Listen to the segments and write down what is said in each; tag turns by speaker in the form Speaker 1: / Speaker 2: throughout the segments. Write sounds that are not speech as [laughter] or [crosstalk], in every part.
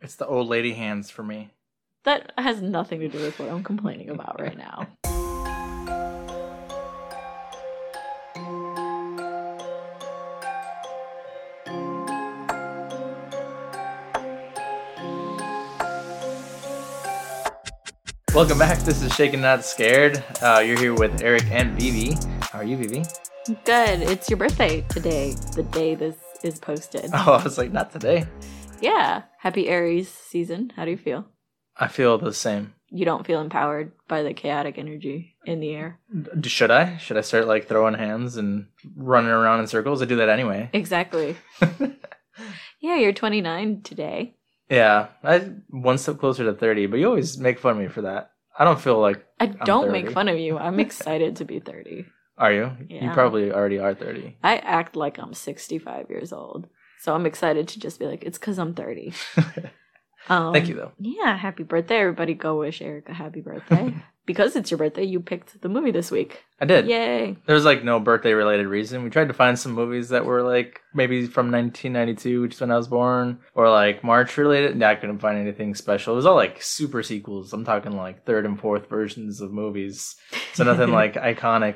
Speaker 1: It's the old lady hands for me.
Speaker 2: That has nothing to do with what I'm complaining about right now.
Speaker 1: Welcome back. This is Shaken Not Scared. Uh, you're here with Eric and Vivi. How are you, Vivi?
Speaker 2: [laughs]
Speaker 1: [laughs]
Speaker 2: Good. It's your birthday today, the day this is posted.
Speaker 1: Oh, I was like, not today.
Speaker 2: Yeah. Happy Aries season. How do you feel?
Speaker 1: I feel the same.
Speaker 2: You don't feel empowered by the chaotic energy in the air.
Speaker 1: D- Should I? Should I start like throwing hands and running around in circles? I do that anyway.
Speaker 2: Exactly. yeah, you're 29 today.
Speaker 1: yeah, I one step closer to thirty. But you always make fun of me for that. I don't feel like.
Speaker 2: I don't make
Speaker 1: 30.
Speaker 2: fun of you. I'm excited to be 30.
Speaker 1: Are you? You
Speaker 2: Yeah.
Speaker 1: probably already are thirty.
Speaker 2: I act like I'm 65 years old. So I'm excited to just be like, it's because I'm 30.
Speaker 1: [laughs]
Speaker 2: Um,
Speaker 1: Thank you though.
Speaker 2: Yeah, happy birthday, everybody. Go wish Eric a
Speaker 1: [laughs]
Speaker 2: happy birthday. because it's your birthday, you picked the movie this week.
Speaker 1: I did.
Speaker 2: Yay.
Speaker 1: There was like no birthday related reason. We tried to find some movies that were like maybe from 1992, which is when I was born, or like March related. Nah, I couldn't find anything special. It was all like super sequels. I'm talking like third and fourth versions of movies. So
Speaker 2: [laughs]
Speaker 1: nothing like iconic,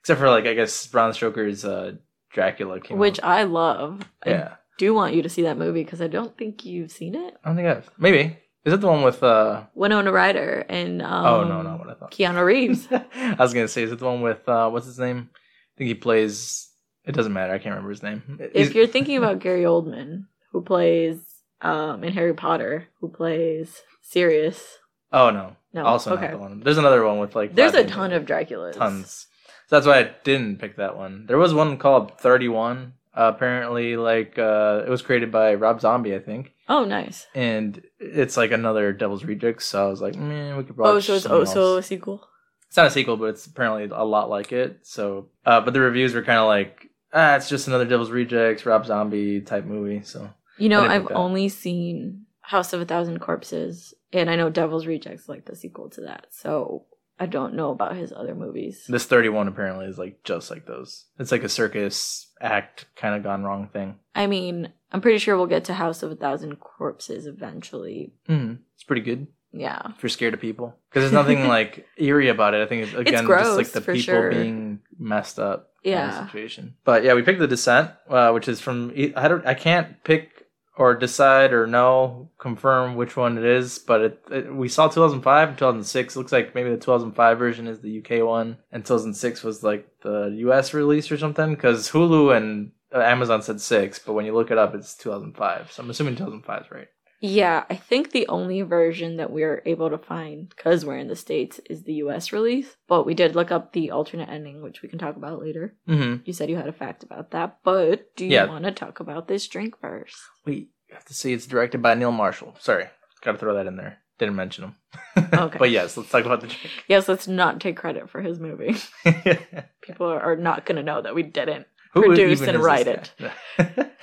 Speaker 1: except for like I guess Bram Stoker's uh, Dracula came.
Speaker 2: Which
Speaker 1: out.
Speaker 2: I love. I
Speaker 1: yeah,
Speaker 2: do want you to see that movie because I don't think you've seen it.
Speaker 1: I don't think I've maybe is it the one with uh
Speaker 2: Winona Ryder and um,
Speaker 1: oh no not what I thought. [laughs]
Speaker 2: Keanu Reeves.
Speaker 1: I was gonna say is it the one with uh what's his name? I think he plays. It doesn't matter. I can't remember his name.
Speaker 2: if
Speaker 1: He's-
Speaker 2: you're thinking about Gary Oldman, who plays um, in Harry Potter, who plays Sirius,
Speaker 1: Oh no.
Speaker 2: No,
Speaker 1: Also
Speaker 2: okay.
Speaker 1: not the one. There's another one with like
Speaker 2: there's
Speaker 1: five
Speaker 2: a
Speaker 1: people.
Speaker 2: ton of Draculas.
Speaker 1: tons. So that's why I didn't pick that one. There was one called 31. Uh, apparently like uh it was created by Rob Zombie, I think.
Speaker 2: Oh, nice.
Speaker 1: And it's like another Devil's Rejects, so I was like, man, we could probably
Speaker 2: Oh, so it's also a sequel.
Speaker 1: It's not a sequel, but it's apparently a lot like it. So uh but the reviews were kind of like ah, it's just another Devil's Rejects, Rob Zombie type movie, so
Speaker 2: You know,
Speaker 1: I didn't
Speaker 2: I've
Speaker 1: think that.
Speaker 2: only seen House of a Thousand Corpses, and I know Devil's Rejects is, like the sequel to that. So I don't know about his other movies.
Speaker 1: This 31 apparently is like just like those. It's like a circus act kind of gone wrong thing.
Speaker 2: I mean, I'm pretty sure we'll get to House of a Thousand Corpses eventually.
Speaker 1: Mm, it's pretty good
Speaker 2: Yeah.
Speaker 1: if you're scared of people because there's
Speaker 2: [laughs]
Speaker 1: nothing like eerie about it. I think it's again just
Speaker 2: gross,
Speaker 1: like the
Speaker 2: for
Speaker 1: people
Speaker 2: sure.
Speaker 1: being messed up. kind of
Speaker 2: Yeah.
Speaker 1: situation. But yeah, we picked the descent, uh, which is from I don't I can't pick or decide or know confirm which one it is. But it, it, we saw 2005 and 2006. Looks like maybe the 2005 version is the UK one, and 2006 was like the US release or something because Hulu and uh, Amazon said six, but when you look it up, it's 2005. So I'm assuming 2005 is right.
Speaker 2: Yeah, I think the only version that we are able to find, because we're in the States, is the US release. But we did look up the alternate ending, which we can talk about later.
Speaker 1: Mm-hmm.
Speaker 2: You said you had a fact about that, but do you
Speaker 1: Yeah.
Speaker 2: want to talk about this drink first?
Speaker 1: We have to see it's directed by Neil Marshall. Sorry, got to throw that in there. Didn't mention him. [laughs]
Speaker 2: Okay.
Speaker 1: but yes, let's talk about the
Speaker 2: Yes, let's not take credit for his movie. [laughs]
Speaker 1: drink. [laughs]
Speaker 2: People are, are not going to know that we didn't.
Speaker 1: Who
Speaker 2: Produce
Speaker 1: even
Speaker 2: and
Speaker 1: is
Speaker 2: write
Speaker 1: this guy? [laughs]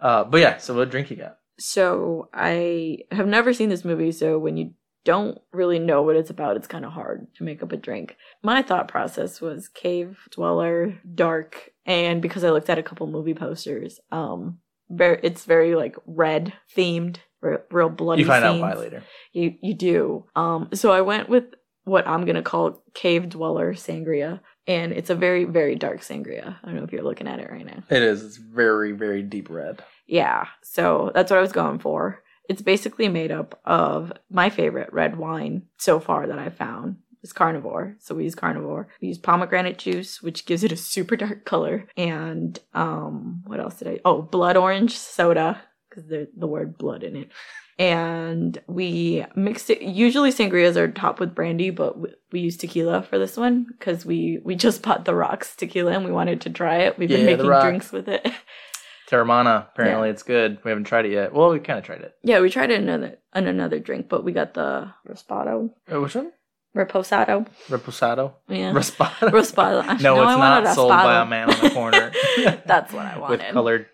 Speaker 1: uh, but yeah, so what drink you got?
Speaker 2: So I have never seen this movie, so when you don't really know what it's about, it's kind of hard to make up a drink. My thought process was cave dweller, dark, and because I looked at a couple movie posters, um, ver it's very like red themed, r- real bloody.
Speaker 1: you find out
Speaker 2: scenes.
Speaker 1: why later.
Speaker 2: You you do. Um, so I went with what I'm gonna call cave dweller sangria, and it's a very very dark sangria. I don't know if you're looking at it right now.
Speaker 1: It is. It's very, very deep red.
Speaker 2: Yeah, so that's what I was going for. It's basically made up of my favorite red wine so far that I found. It's carnivore, so we use carnivore. We use pomegranate juice, which gives it a super dark color, and um, what else did I? Oh, blood orange soda because the the word blood in it. And we mixed it. Usually sangrias are topped with brandy, but we, we used tequila for this one because we we just bought the rocks tequila and we wanted to try it. We've been
Speaker 1: Yeah, The
Speaker 2: making
Speaker 1: Rocks.
Speaker 2: drinks with it. [laughs]
Speaker 1: Terramana. Apparently, it's good. We haven't tried it yet. Well, we kind of tried it.
Speaker 2: Yeah, we tried it in another in another drink, but we got the Rospato.
Speaker 1: Uh, which one?
Speaker 2: Reposado.
Speaker 1: Reposado.
Speaker 2: Yeah. [laughs]
Speaker 1: Respato.
Speaker 2: Rospato.
Speaker 1: [laughs] No,
Speaker 2: I
Speaker 1: it's
Speaker 2: wanted
Speaker 1: not sold by a
Speaker 2: Raspado.
Speaker 1: man on the corner.
Speaker 2: [laughs] That's what I
Speaker 1: [laughs] With
Speaker 2: wanted.
Speaker 1: colored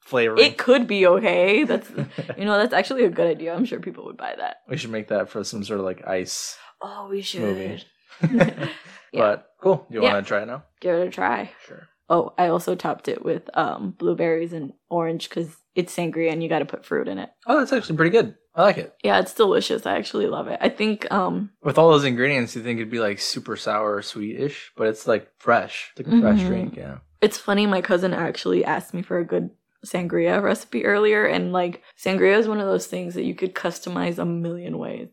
Speaker 1: flavoring.
Speaker 2: It could be okay. That's you know, that's actually a good idea. I'm sure people would buy that.
Speaker 1: [laughs] we should make that for some sort of like ice
Speaker 2: Oh, we should
Speaker 1: Movie. [laughs]
Speaker 2: [laughs] Yeah.
Speaker 1: But cool. You
Speaker 2: Yeah.
Speaker 1: want to try it now?
Speaker 2: give it a try.
Speaker 1: Sure.
Speaker 2: Oh, I also topped it with um, blueberries and orange because it's sangria and you got to put fruit in it.
Speaker 1: Oh, that's actually pretty good. I like it.
Speaker 2: Yeah, it's delicious. I actually love it. I think um
Speaker 1: With all those ingredients, you think it'd be like super sour or sweetish, but it's like fresh. It's like a fresh
Speaker 2: Mhm.
Speaker 1: drink, yeah.
Speaker 2: it's funny my cousin actually asked me for a good sangria recipe earlier and like sangria is one of those things that you could customize a million ways.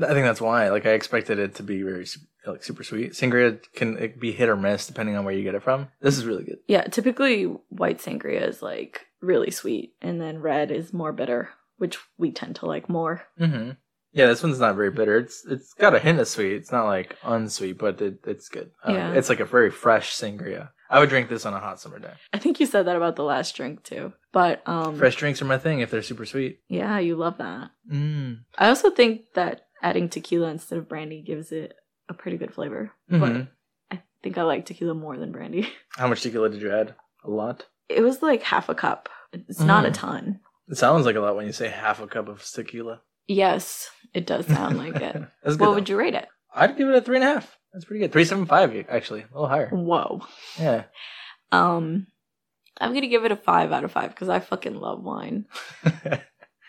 Speaker 1: I think that's why. Like I expected it to be very su- like super sweet. Sangria can it be hit or miss depending on where you get it from. This is really good.
Speaker 2: Yeah, typically white sangria is like really sweet and then red is more bitter, which we tend to like more.
Speaker 1: Mm-hmm. Yeah, this one's not very bitter. It's it's got a hint of sweet. It's not like unsweet, but it, it's good. I like
Speaker 2: Yeah.
Speaker 1: it. It's like a very fresh sangria. I would drink this on a hot summer day.
Speaker 2: I think you said that about the last drink too. But um
Speaker 1: Fresh drinks are my thing if they're super sweet.
Speaker 2: yeah, you love that.
Speaker 1: Mm.
Speaker 2: I also think that adding tequila instead of brandy gives it a pretty good flavor.
Speaker 1: Mhm.
Speaker 2: But I think I like tequila more than brandy. [laughs]
Speaker 1: How much tequila did you add? A lot.
Speaker 2: It was like half a cup. It's not a
Speaker 1: Mm.
Speaker 2: ton.
Speaker 1: It sounds like a lot when you say half a cup of tequila.
Speaker 2: Yes, it does sound like it.
Speaker 1: [laughs] That's good.
Speaker 2: What would you rate it?
Speaker 1: I'd give it a three and a half. That's pretty good. Three seven five actually, a little higher.
Speaker 2: Whoa.
Speaker 1: Yeah. [laughs]
Speaker 2: Um I'm going to give it a 5 out of 5 cuz I fucking love wine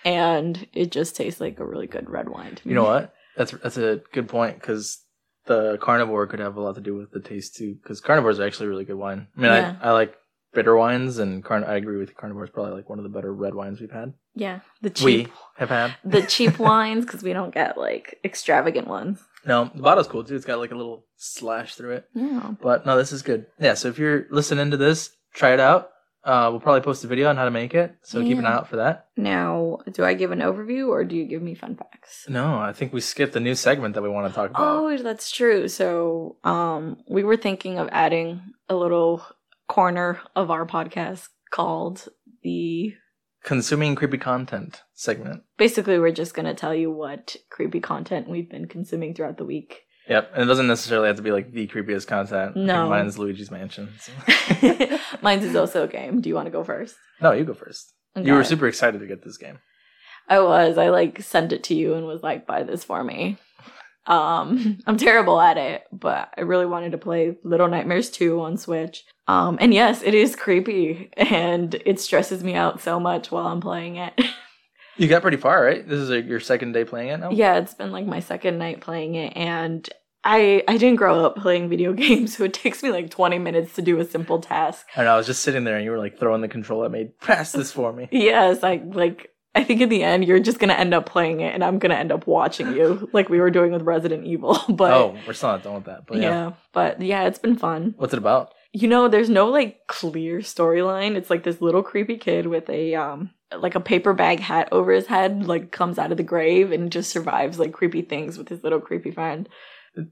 Speaker 2: and it just tastes like a really good red wine to me.
Speaker 1: You know what? That's that's a good point because the carnivore could have a lot to do with the taste too. Because carnivores are actually really good wine. I mean,
Speaker 2: Yeah.
Speaker 1: I, I like bitter wines, and carn- I agree with you, carnivore is probably like one of the better red wines we've had.
Speaker 2: Yeah, the
Speaker 1: We
Speaker 2: cheap
Speaker 1: have had [laughs]
Speaker 2: the cheap wines cuz we don't get like extravagant ones.
Speaker 1: no, the bottle's cool too. It's got like a little slash through it.
Speaker 2: Yeah.
Speaker 1: But no, this is good. Yeah. So if you're listening to this, try it out. Uh, we'll probably post a video on how to make it. So keep an
Speaker 2: Yeah.
Speaker 1: eye out for that.
Speaker 2: Now, do I give an overview or do you give me fun facts?
Speaker 1: No, I think we skipped the new segment that we want to talk about.
Speaker 2: Oh, that's true. So, um, we were thinking of adding a little corner of our podcast called the.
Speaker 1: Consuming creepy content segment.
Speaker 2: Basically, we're just gonna tell you what creepy content we've been consuming throughout
Speaker 1: [laughs]
Speaker 2: the week.
Speaker 1: Yep, and it doesn't necessarily have to be like the creepiest content. I think
Speaker 2: No.
Speaker 1: mine's Luigi's Mansion.
Speaker 2: [laughs]
Speaker 1: so-
Speaker 2: Mine's is also a game. Do you want to go first?
Speaker 1: no, you go first. You were
Speaker 2: Okay.
Speaker 1: super excited to get this game.
Speaker 2: I was. I like sent it to you and was like, buy this for me. Um, [laughs] I'm terrible at it, but I really wanted to play Little Nightmares 2 on Switch. Um, and yes, it is creepy and it stresses me out so much while I'm playing it.
Speaker 1: You got pretty far, right? This is like, your second day playing it now.
Speaker 2: [laughs] yeah, it's been like my second night playing it and I I didn't grow up playing video [laughs] games, so it takes me like 20 minutes to do a simple task.
Speaker 1: and I was just sitting there, and you were like throwing the control at me. [laughs] Pass this for me.
Speaker 2: Yes, I like I think in the end you're just going to end up playing it and I'm going to end up watching you [laughs] like we were doing with Resident Evil, [laughs] but
Speaker 1: oh, we're still not done with that. But
Speaker 2: yeah.
Speaker 1: yeah.
Speaker 2: but yeah, it's been fun.
Speaker 1: what's it about?
Speaker 2: You know, there's no like clear storyline. It's like this little creepy kid with a um like a paper bag hat over his head, like comes out of the grave and just survives like creepy things with his little creepy friend.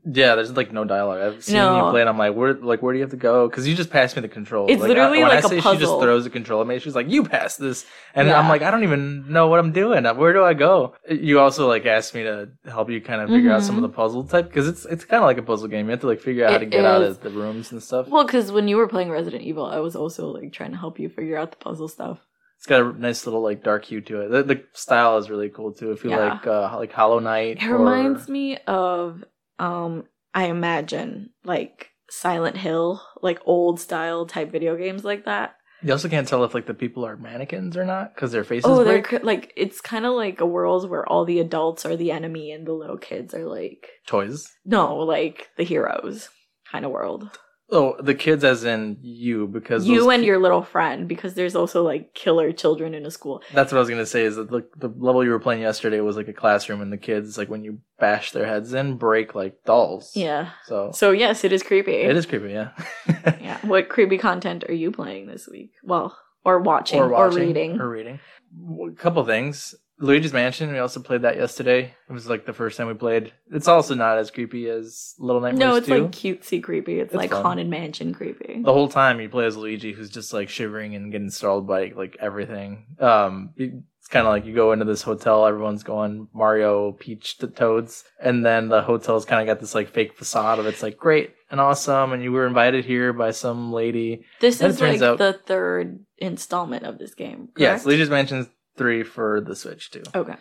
Speaker 1: Yeah, there's like no dialogue. I've seen
Speaker 2: No.
Speaker 1: you play, and I'm like, where, like, where do you have to go? Because you just passed me the control.
Speaker 2: It's literally
Speaker 1: I, when
Speaker 2: like
Speaker 1: I
Speaker 2: a
Speaker 1: say She just
Speaker 2: puzzle.
Speaker 1: throws the control at me. She's like, "You pass this," and
Speaker 2: Yeah.
Speaker 1: I'm like, "I don't even know what I'm doing. Uh, Where do I go?" You also like asked me to help you kind of figure out some of
Speaker 2: Mhm.
Speaker 1: the puzzle type because it's it's kind of like a puzzle game. You have to like figure out how
Speaker 2: It
Speaker 1: to get out
Speaker 2: is.
Speaker 1: of the rooms and stuff.
Speaker 2: Well, because when you were playing Resident Evil, I was also like trying to help you figure out the puzzle stuff.
Speaker 1: It's got a nice little like dark hue to it. The, the style is really cool too. If you
Speaker 2: Yeah.
Speaker 1: like uh, like Hollow Knight,
Speaker 2: It
Speaker 1: or-
Speaker 2: reminds me of um I imagine like Silent Hill, like old style type video games like that.
Speaker 1: You also can't tell if like the people are mannequins or not because their faces.
Speaker 2: Oh, they're
Speaker 1: break.
Speaker 2: cr- like it's kind of like a world where all the adults are the enemy and the little kids are like
Speaker 1: toys.
Speaker 2: no, like the heroes kind of world.
Speaker 1: Oh, the kids, as in you, because
Speaker 2: You
Speaker 1: those
Speaker 2: and
Speaker 1: ki-
Speaker 2: your little friend because there's also like killer children in a school.
Speaker 1: That's what I was gonna say. Is that the, the level you were playing yesterday was like a classroom, and the kids, like when you bash their heads in, break like dolls.
Speaker 2: Yeah.
Speaker 1: So,
Speaker 2: So yes, it is creepy.
Speaker 1: Oh. it is creepy. Yeah. [laughs]
Speaker 2: Yeah. What creepy content are you playing this week? Well, or watching or, reading.
Speaker 1: Or reading. W- A couple things. Luigi's Mansion. We also played that yesterday. It was like the first time we played. It's also not as creepy as Little Nightmares
Speaker 2: no, it's
Speaker 1: 2.
Speaker 2: like cutesy creepy. It's,
Speaker 1: It's
Speaker 2: like
Speaker 1: fun. Oh,
Speaker 2: haunted mansion creepy.
Speaker 1: the whole time you play as Luigi, who's just like shivering and getting startled by like everything. Um, it's kind of like you go into this hotel, everyone's going Mario, Peach, the Toads, and then the hotel's kind of got this like fake facade of it's like great and awesome, and you were invited here by some lady.
Speaker 2: this
Speaker 1: and it
Speaker 2: is
Speaker 1: turns
Speaker 2: like
Speaker 1: out-
Speaker 2: the third installment of this game.
Speaker 1: Yes,
Speaker 2: correct?
Speaker 1: Luigi's Mansion three for the Switch too.
Speaker 2: Okay.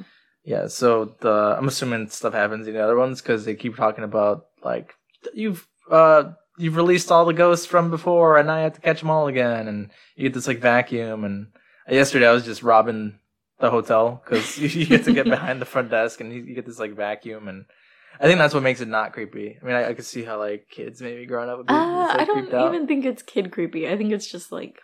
Speaker 1: Yeah, so the I'm assuming stuff happens in the other ones because they keep talking about like you've uh you've released all the ghosts from before and now you have to catch them all again and you get this like vacuum and yesterday I was just robbing the hotel because [laughs] you get
Speaker 2: [laughs]
Speaker 1: to get behind the front desk and you, you get this like vacuum and. I think that's what makes it not creepy. I mean, I, I could see how like kids maybe growing up would be
Speaker 2: Uh,
Speaker 1: just, like,
Speaker 2: I don't
Speaker 1: creeped out.
Speaker 2: even think it's kid creepy. I think it's just like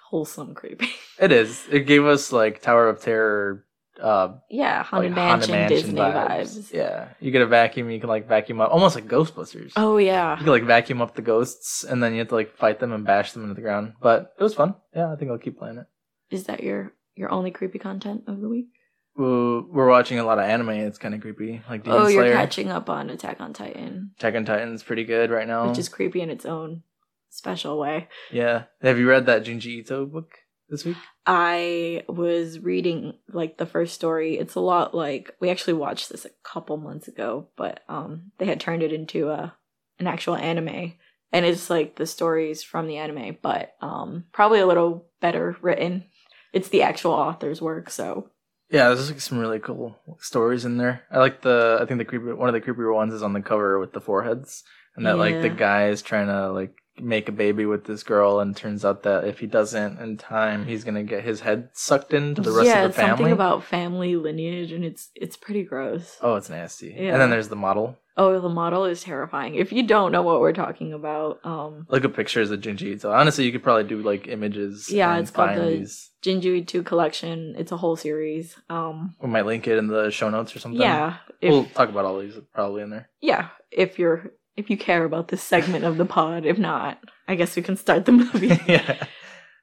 Speaker 1: [laughs]
Speaker 2: wholesome creepy.
Speaker 1: It is. It gave us like Tower of Terror, uh,
Speaker 2: yeah,
Speaker 1: like
Speaker 2: Haunted
Speaker 1: Haunted
Speaker 2: Mansion,
Speaker 1: Mansion
Speaker 2: Disney
Speaker 1: vibes.
Speaker 2: vibes.
Speaker 1: Yeah, you get a vacuum. You can like vacuum up, almost like Ghostbusters.
Speaker 2: Oh
Speaker 1: You
Speaker 2: yeah.
Speaker 1: can like vacuum up the ghosts, and then you have to like fight them and bash them into the ground. But it was fun. Yeah, I think I'll keep playing it.
Speaker 2: Is that your your only creepy content of the week?
Speaker 1: Ooh, We're watching a lot of anime. It's kind of creepy. Like Demon
Speaker 2: oh,
Speaker 1: Slayer,
Speaker 2: you're catching up on Attack on Titan,
Speaker 1: Attack on Titan's pretty good right now.
Speaker 2: which is creepy in its own special way.
Speaker 1: yeah. Have you read that Junji Ito book this week?
Speaker 2: I was reading like the first story. It's a lot like we actually watched this a couple months ago, but um they had turned it into a an actual anime. And it's like the stories from the anime, but um probably a little better written. It's the actual author's work, so
Speaker 1: Yeah, there's like some really cool stories in there. I like the I think the creepy one of the creepier ones is on the cover with the foreheads. And that like the
Speaker 2: Yeah.
Speaker 1: guy is trying to like make a baby with this girl and turns out that if he doesn't in time he's gonna get his head sucked into the rest
Speaker 2: yeah,
Speaker 1: of
Speaker 2: it's
Speaker 1: the family.
Speaker 2: something about family lineage and it's it's pretty gross.
Speaker 1: oh it's nasty.
Speaker 2: Yeah.
Speaker 1: And then there's the model.
Speaker 2: Oh, the model is terrifying. If you don't know what we're talking about, um
Speaker 1: Look at pictures of Junji Ito. Honestly you could probably do like images.
Speaker 2: Yeah,
Speaker 1: and
Speaker 2: it's called
Speaker 1: find
Speaker 2: the-
Speaker 1: these.
Speaker 2: Jinjui 2 collection, it's a whole series. Um
Speaker 1: We might link it in the show notes or something.
Speaker 2: yeah, if,
Speaker 1: We'll talk about all these probably in there.
Speaker 2: yeah, if you're if you care about this segment of the pod, if not, I guess we can start the
Speaker 1: [laughs]
Speaker 2: movie.
Speaker 1: yeah.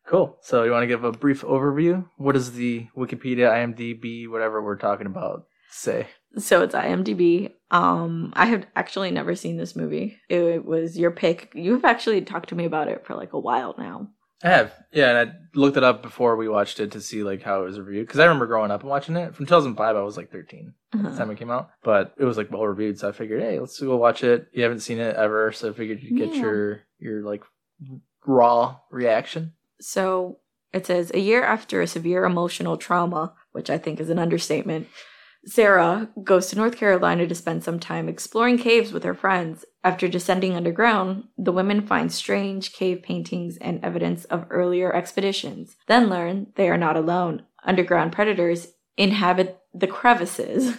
Speaker 1: Cool. So you want to give a brief overview? What does the Wikipedia, IMDb, whatever we're talking about say?
Speaker 2: so it's IMDb. Um, I have actually never seen this movie. It was your pick. You've actually talked to me about it for like a while now.
Speaker 1: I have. Yeah, and I looked it up before we watched it to see like how it was reviewed because I remember growing up and watching it. From 2005, I was like 13 at the
Speaker 2: Uh-huh.
Speaker 1: time it came out, but it was like well reviewed, so I figured, hey, let's go watch it. You haven't seen it ever, so I figured you'd get
Speaker 2: Yeah.
Speaker 1: your your like raw reaction.
Speaker 2: So it says a year after a severe emotional trauma, which I think is an understatement, Sarah goes to North Carolina to spend some time exploring caves with her friends. After descending underground, the women find strange cave paintings and evidence of earlier expeditions, then learn they are not alone. Underground predators inhabit the crevices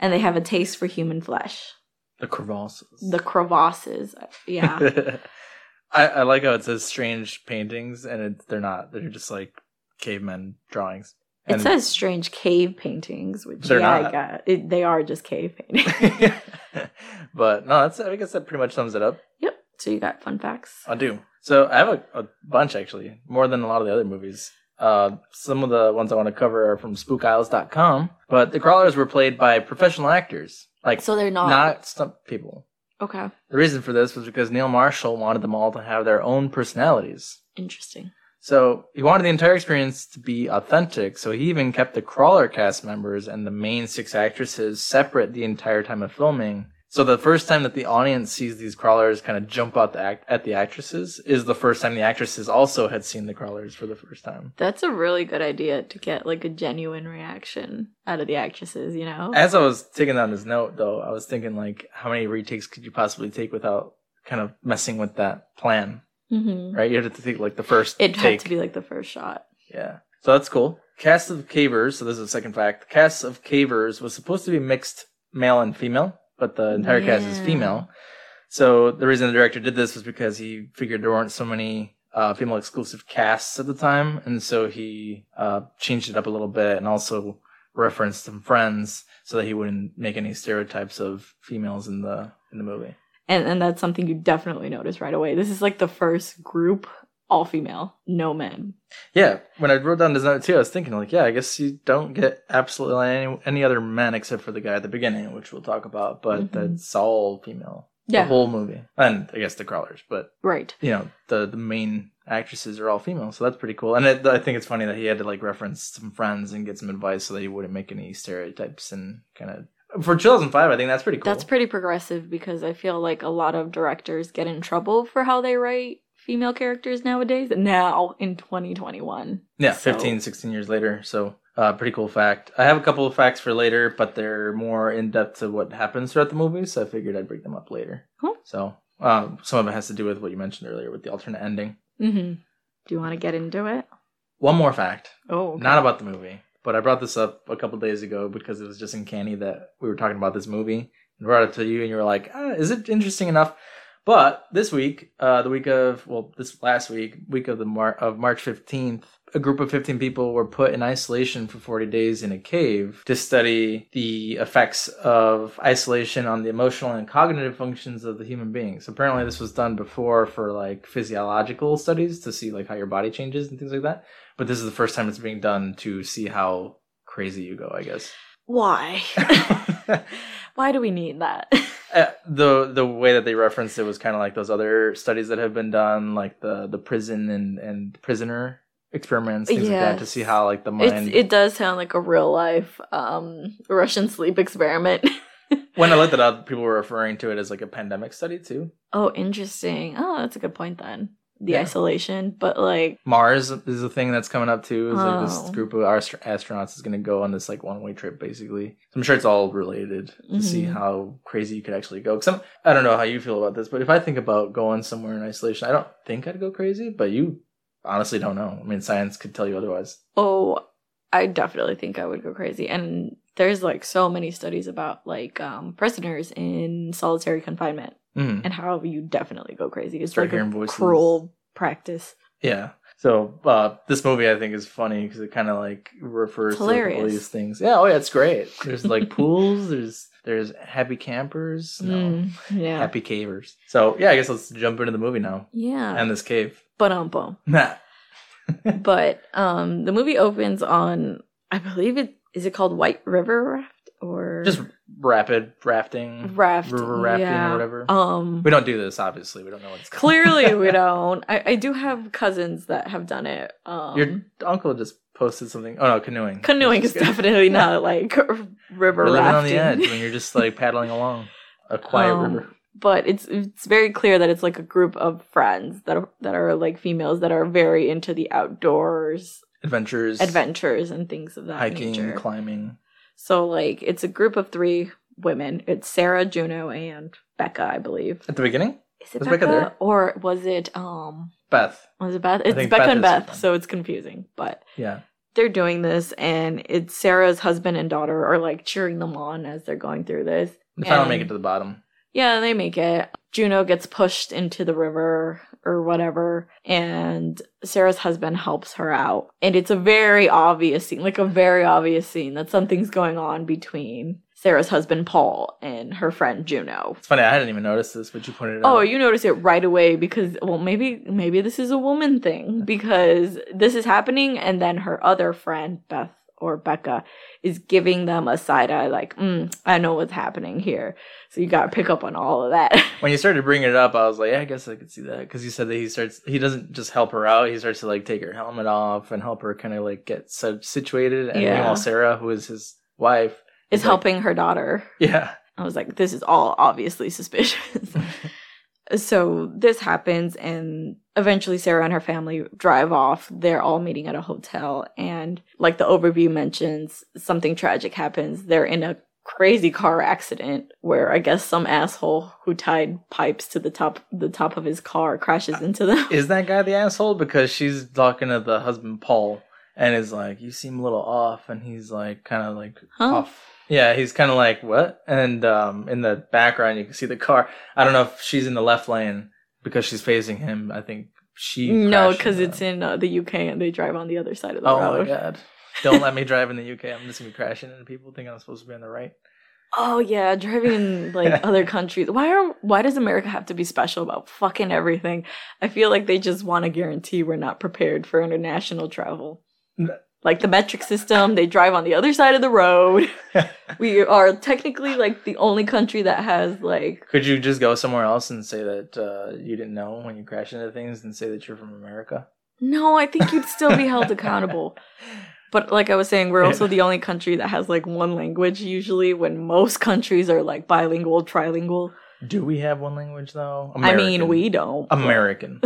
Speaker 2: and they have a taste for human flesh.
Speaker 1: The crevasses.
Speaker 2: The crevasses. Yeah.
Speaker 1: [laughs] I, I like how it says strange paintings, and it, they're not. They're just like cavemen drawings.
Speaker 2: It
Speaker 1: And
Speaker 2: says strange cave paintings, which
Speaker 1: They're
Speaker 2: yeah, I
Speaker 1: not.
Speaker 2: got. It, they are just cave paintings.
Speaker 1: [laughs] [laughs]
Speaker 2: [laughs]
Speaker 1: but no, that's. I guess that pretty much sums it up.
Speaker 2: yep. So you got fun facts.
Speaker 1: I do. So I have a, a bunch actually, more than a lot of the other movies. Uh, some of the ones I want to cover are from SpookIsles.com, but the crawlers were played by professional actors, like
Speaker 2: So they're not,
Speaker 1: not stunt people.
Speaker 2: okay.
Speaker 1: The reason for this was because Neil Marshall wanted them all to have their own personalities.
Speaker 2: Interesting.
Speaker 1: So he wanted the entire experience to be authentic, so he even kept the crawler cast members and the main six actresses separate the entire time of filming. So the first time that the audience sees these crawlers kind of jump out the act- at the actresses is the first time the actresses also had seen the crawlers for the first time.
Speaker 2: That's a really good idea to get like a genuine reaction out of the actresses. You know.
Speaker 1: As I was taking down this note though, I was thinking like how many retakes could you possibly take without kind of messing with that plan,
Speaker 2: mm-hmm.
Speaker 1: right? You have to take like the first
Speaker 2: It had
Speaker 1: take.
Speaker 2: to be like the first shot.
Speaker 1: Yeah. So that's cool. Cast of Cavers, so this is the second fact. The cast of Cavers was supposed to be mixed male and female, but the entire cast is
Speaker 2: Yeah.
Speaker 1: female. So the reason the director did this was because he figured there weren't so many uh, female exclusive casts at the time, and so he uh, changed it up a little bit and also referenced some friends so that he wouldn't make any stereotypes of females in the in the movie.
Speaker 2: And and that's something you definitely notice right away. This is like the first group all female, no men.
Speaker 1: Yeah, when I wrote down this note too, I was thinking like, yeah, I guess you don't get absolutely any any other men except for the guy at the beginning, which we'll talk about, but
Speaker 2: Mhm.
Speaker 1: that's all female.
Speaker 2: Yeah.
Speaker 1: The whole movie. And I guess the crawlers, but
Speaker 2: right.
Speaker 1: you know, the the main actresses are all female, so that's pretty cool. And it, I think it's funny that he had to like reference some friends and get some advice so that he wouldn't make any stereotypes and kind of for 2005, I think that's pretty cool.
Speaker 2: That's pretty progressive because I feel like a lot of directors get in trouble for how they write female characters nowadays. Now in 2021.
Speaker 1: Yeah,
Speaker 2: So-
Speaker 1: 15, 16 years later. So, uh, pretty cool fact. I have a couple of facts for later, but they're more in depth to what happens throughout the movie. So, I figured I'd bring them up later.
Speaker 2: Cool.
Speaker 1: So, um, some of it has to do with what you mentioned earlier with the alternate ending.
Speaker 2: Mm-hmm. Do you want to get into it?
Speaker 1: One more fact,
Speaker 2: Oh, okay.
Speaker 1: not about the movie, But I brought this up a couple days ago because it was just uncanny that we were talking about this movie and brought it to you, and you were like, ah, "Is it interesting enough?" But this week, uh, the week of well, this last week, week of the Mar- of March fifteenth, a group of fifteen people were put in isolation for forty days in a cave to study the effects of isolation on the emotional and cognitive functions of the human beings. Apparently, this was done before for like physiological studies to see like how your body changes and things like that. But this is the first time it's being done to see how crazy you go. I guess.
Speaker 2: Why?
Speaker 1: [laughs]
Speaker 2: Why [laughs] do we need that?
Speaker 1: Uh, the the way that they referenced it was kind of like those other studies that have been done, like the the prison and and prisoner experiments, things like that, to
Speaker 2: Yes.
Speaker 1: see how like the mind.
Speaker 2: It's, it does sound like a real life um, Russian sleep experiment. [laughs]
Speaker 1: When I looked it up, people were referring to it as like a pandemic study too.
Speaker 2: oh, interesting. Oh, that's a good point then. The
Speaker 1: Yeah.
Speaker 2: isolation, but like,
Speaker 1: Mars is a thing that's coming up too. Is like this
Speaker 2: Oh.
Speaker 1: group of astro- astronauts is going to go on this like one way trip basically. So I'm sure it's all related to see
Speaker 2: Mhm.
Speaker 1: how crazy you could actually go. Cause I'm, I don't know how you feel about this, but if I think about going somewhere in isolation, I don't think I'd go crazy. But you honestly don't know. I mean, science could tell you otherwise.
Speaker 2: oh, I definitely think I would go crazy. And there's like so many studies about like um, prisoners in solitary confinement
Speaker 1: Mm.
Speaker 2: and how you definitely go crazy. It's
Speaker 1: Start
Speaker 2: like
Speaker 1: hearing
Speaker 2: a
Speaker 1: voices.
Speaker 2: cruel practice.
Speaker 1: Yeah. So uh, this movie I think is funny because it kind of like refers
Speaker 2: It's
Speaker 1: to like, all
Speaker 2: hilarious.
Speaker 1: these things. Yeah. Oh yeah, it's great. There's like [laughs] pools. There's there's happy campers. No.
Speaker 2: Mm, yeah.
Speaker 1: Happy cavers. So yeah, I guess let's jump into the movie now
Speaker 2: yeah.
Speaker 1: and this cave. [laughs]
Speaker 2: but um, boom.
Speaker 1: Nah.
Speaker 2: but um the movie opens on i believe it is it called white river raft or
Speaker 1: Just rapid rafting,
Speaker 2: raft
Speaker 1: river rafting
Speaker 2: yeah.
Speaker 1: or whatever.
Speaker 2: um
Speaker 1: we don't do this, obviously. We don't know what it's called.
Speaker 2: [laughs]
Speaker 1: [laughs]
Speaker 2: clearly we don't I, I do have cousins that have done it um
Speaker 1: Your uncle just posted something. Oh no, canoeing.
Speaker 2: canoeing
Speaker 1: Which
Speaker 2: is
Speaker 1: is good. [laughs]
Speaker 2: definitely not like river
Speaker 1: We're living on
Speaker 2: rafting
Speaker 1: the edge when you're just like paddling along a quiet
Speaker 2: Um,
Speaker 1: river.
Speaker 2: [laughs] but it's it's very clear that it's like a group of friends that are, that are like females that are very into the outdoors
Speaker 1: adventures,
Speaker 2: adventures and things of that
Speaker 1: hiking,
Speaker 2: nature.
Speaker 1: climbing.
Speaker 2: So like it's a group of three women. It's Sarah, Juno, and Becca, I believe.
Speaker 1: At the beginning,
Speaker 2: Is it
Speaker 1: Was
Speaker 2: Becca,
Speaker 1: Becca there?
Speaker 2: or was it um
Speaker 1: Beth.
Speaker 2: was it Beth? It's Becca
Speaker 1: think Beth
Speaker 2: and
Speaker 1: is with
Speaker 2: Beth,
Speaker 1: them.
Speaker 2: so it's confusing. But
Speaker 1: Yeah,
Speaker 2: they're doing this and it's Sarah's husband and daughter are like cheering them on as they're going through this.
Speaker 1: they finally make it
Speaker 2: And-
Speaker 1: to the bottom.
Speaker 2: Yeah, they make it. Juno gets pushed into the river or whatever, and Sarah's husband helps her out. And it's a very obvious scene, like a very obvious scene that something's going on between Sarah's husband, Paul, and her friend Juno.
Speaker 1: It's funny. I hadn't even noticed this, but you pointed it out.
Speaker 2: Oh, you notice it right away because well maybe maybe this is a woman thing because this is happening and then her other friend Beth or Becca is giving them a side eye like, mm, I know what's happening here. So you got to pick up on all of that. [laughs]
Speaker 1: when you started bringing it up, I was like, yeah, I guess I could see that because you said that he starts. He doesn't just help her out. He starts to like take her helmet off and help her kind of like get so situated. And
Speaker 2: Yeah.
Speaker 1: meanwhile, Sarah, who is his wife,
Speaker 2: is
Speaker 1: It's like-
Speaker 2: helping her daughter.
Speaker 1: yeah,
Speaker 2: I was like, this is all obviously
Speaker 1: [laughs]
Speaker 2: suspicious. so this happens, and eventually Sarah and her family drive off. They're all meeting at a hotel, and like the overview mentions, something tragic happens. They're in a crazy car accident where I guess some asshole who tied pipes to the top the top of his car crashes into them.
Speaker 1: is that guy the asshole? Because she's talking to the husband Paul and is like, you seem a little off, and he's like, kind of like
Speaker 2: Huh?
Speaker 1: off. Yeah, he's kind of like what? And um, in the background, you can see the car. I don't know if she's in the left lane because she's facing him. I think she.
Speaker 2: No,
Speaker 1: crashed
Speaker 2: because
Speaker 1: into
Speaker 2: it's
Speaker 1: him.
Speaker 2: in uh, the UK and they drive on the other side of the
Speaker 1: Oh my
Speaker 2: road.
Speaker 1: god! [laughs] Don't let
Speaker 2: [laughs]
Speaker 1: me drive in the UK. I'm just gonna be crashing into people thinking I'm supposed to be on the right.
Speaker 2: Oh yeah, driving in
Speaker 1: [laughs]
Speaker 2: like other countries. Why are why does America have to be special about fucking everything? I feel like they just want to guarantee we're not prepared for international travel.
Speaker 1: N-
Speaker 2: Like the metric system, they drive on the other side of
Speaker 1: [laughs]
Speaker 2: the road. we are technically like the only country that has like
Speaker 1: Could you just go somewhere else and say that uh, you didn't know when you crash into things and say that you're from America?
Speaker 2: no, I think you'd still be held accountable. But like I was saying, we're
Speaker 1: Yeah.
Speaker 2: also the only country that has like one language usually when most countries are like bilingual, trilingual.
Speaker 1: Do we have one language though?
Speaker 2: I mean,
Speaker 1: American.
Speaker 2: we don't. but- [laughs]
Speaker 1: American.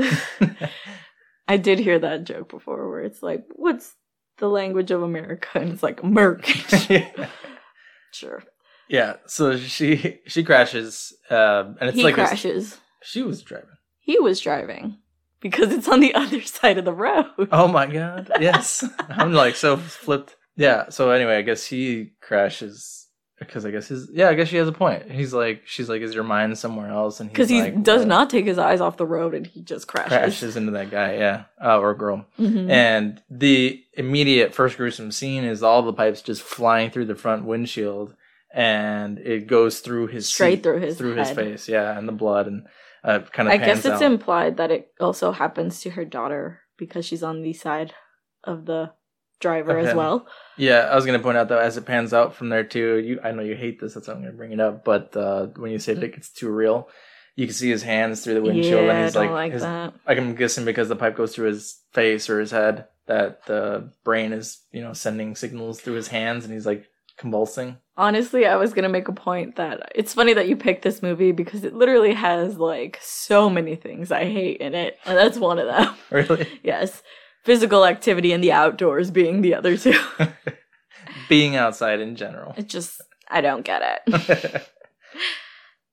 Speaker 1: [laughs]
Speaker 2: I did hear that joke before where it's like, what's the language of America? And it's like, Merc.
Speaker 1: [laughs]
Speaker 2: sure.
Speaker 1: yeah. So she she crashes, uh, and it's
Speaker 2: he
Speaker 1: like a-
Speaker 2: crashes.
Speaker 1: she was driving.
Speaker 2: He was driving [laughs] because it's on the other side of the road. [laughs]
Speaker 1: Oh my god! Yes, I'm like so flipped. Yeah. So anyway, I guess he crashes because I guess his yeah. I guess she has a point. He's like she's like, is your mind somewhere else? And
Speaker 2: because he
Speaker 1: like,
Speaker 2: does
Speaker 1: "Well,"
Speaker 2: not take his eyes off the road and he just crashes.
Speaker 1: crashes into that guy. Yeah, uh, or girl.
Speaker 2: Mhm.
Speaker 1: And the immediate first gruesome scene is all the pipes just flying through the front windshield, and it goes through his
Speaker 2: Straight
Speaker 1: seat,
Speaker 2: through his
Speaker 1: through
Speaker 2: head.
Speaker 1: his face. Yeah, and the blood and uh, kind of.
Speaker 2: I guess
Speaker 1: out.
Speaker 2: it's implied that it also happens to her daughter because she's on the side of the driver
Speaker 1: Of
Speaker 2: as
Speaker 1: him.
Speaker 2: well.
Speaker 1: Yeah, I was gonna point out though, as it pans out from there too, you I know you hate this, that's why I'm gonna bring it up. But uh, when you say that it's too real, you can see his hands through the windshield,
Speaker 2: yeah,
Speaker 1: and he's
Speaker 2: I
Speaker 1: like,
Speaker 2: don't like
Speaker 1: his,
Speaker 2: that.
Speaker 1: like I'm guessing because the pipe goes through his face or his head, that the brain is you know sending signals through his hands, and he's like convulsing. [laughs]
Speaker 2: Honestly, I was gonna make a point that it's funny that you picked this movie because it literally has like so many things I hate in it, and that's one of them. [laughs]
Speaker 1: Really, [laughs]
Speaker 2: yes, physical activity and the outdoors being the other two. [laughs]
Speaker 1: being outside in general. [laughs]
Speaker 2: It just I don't get it.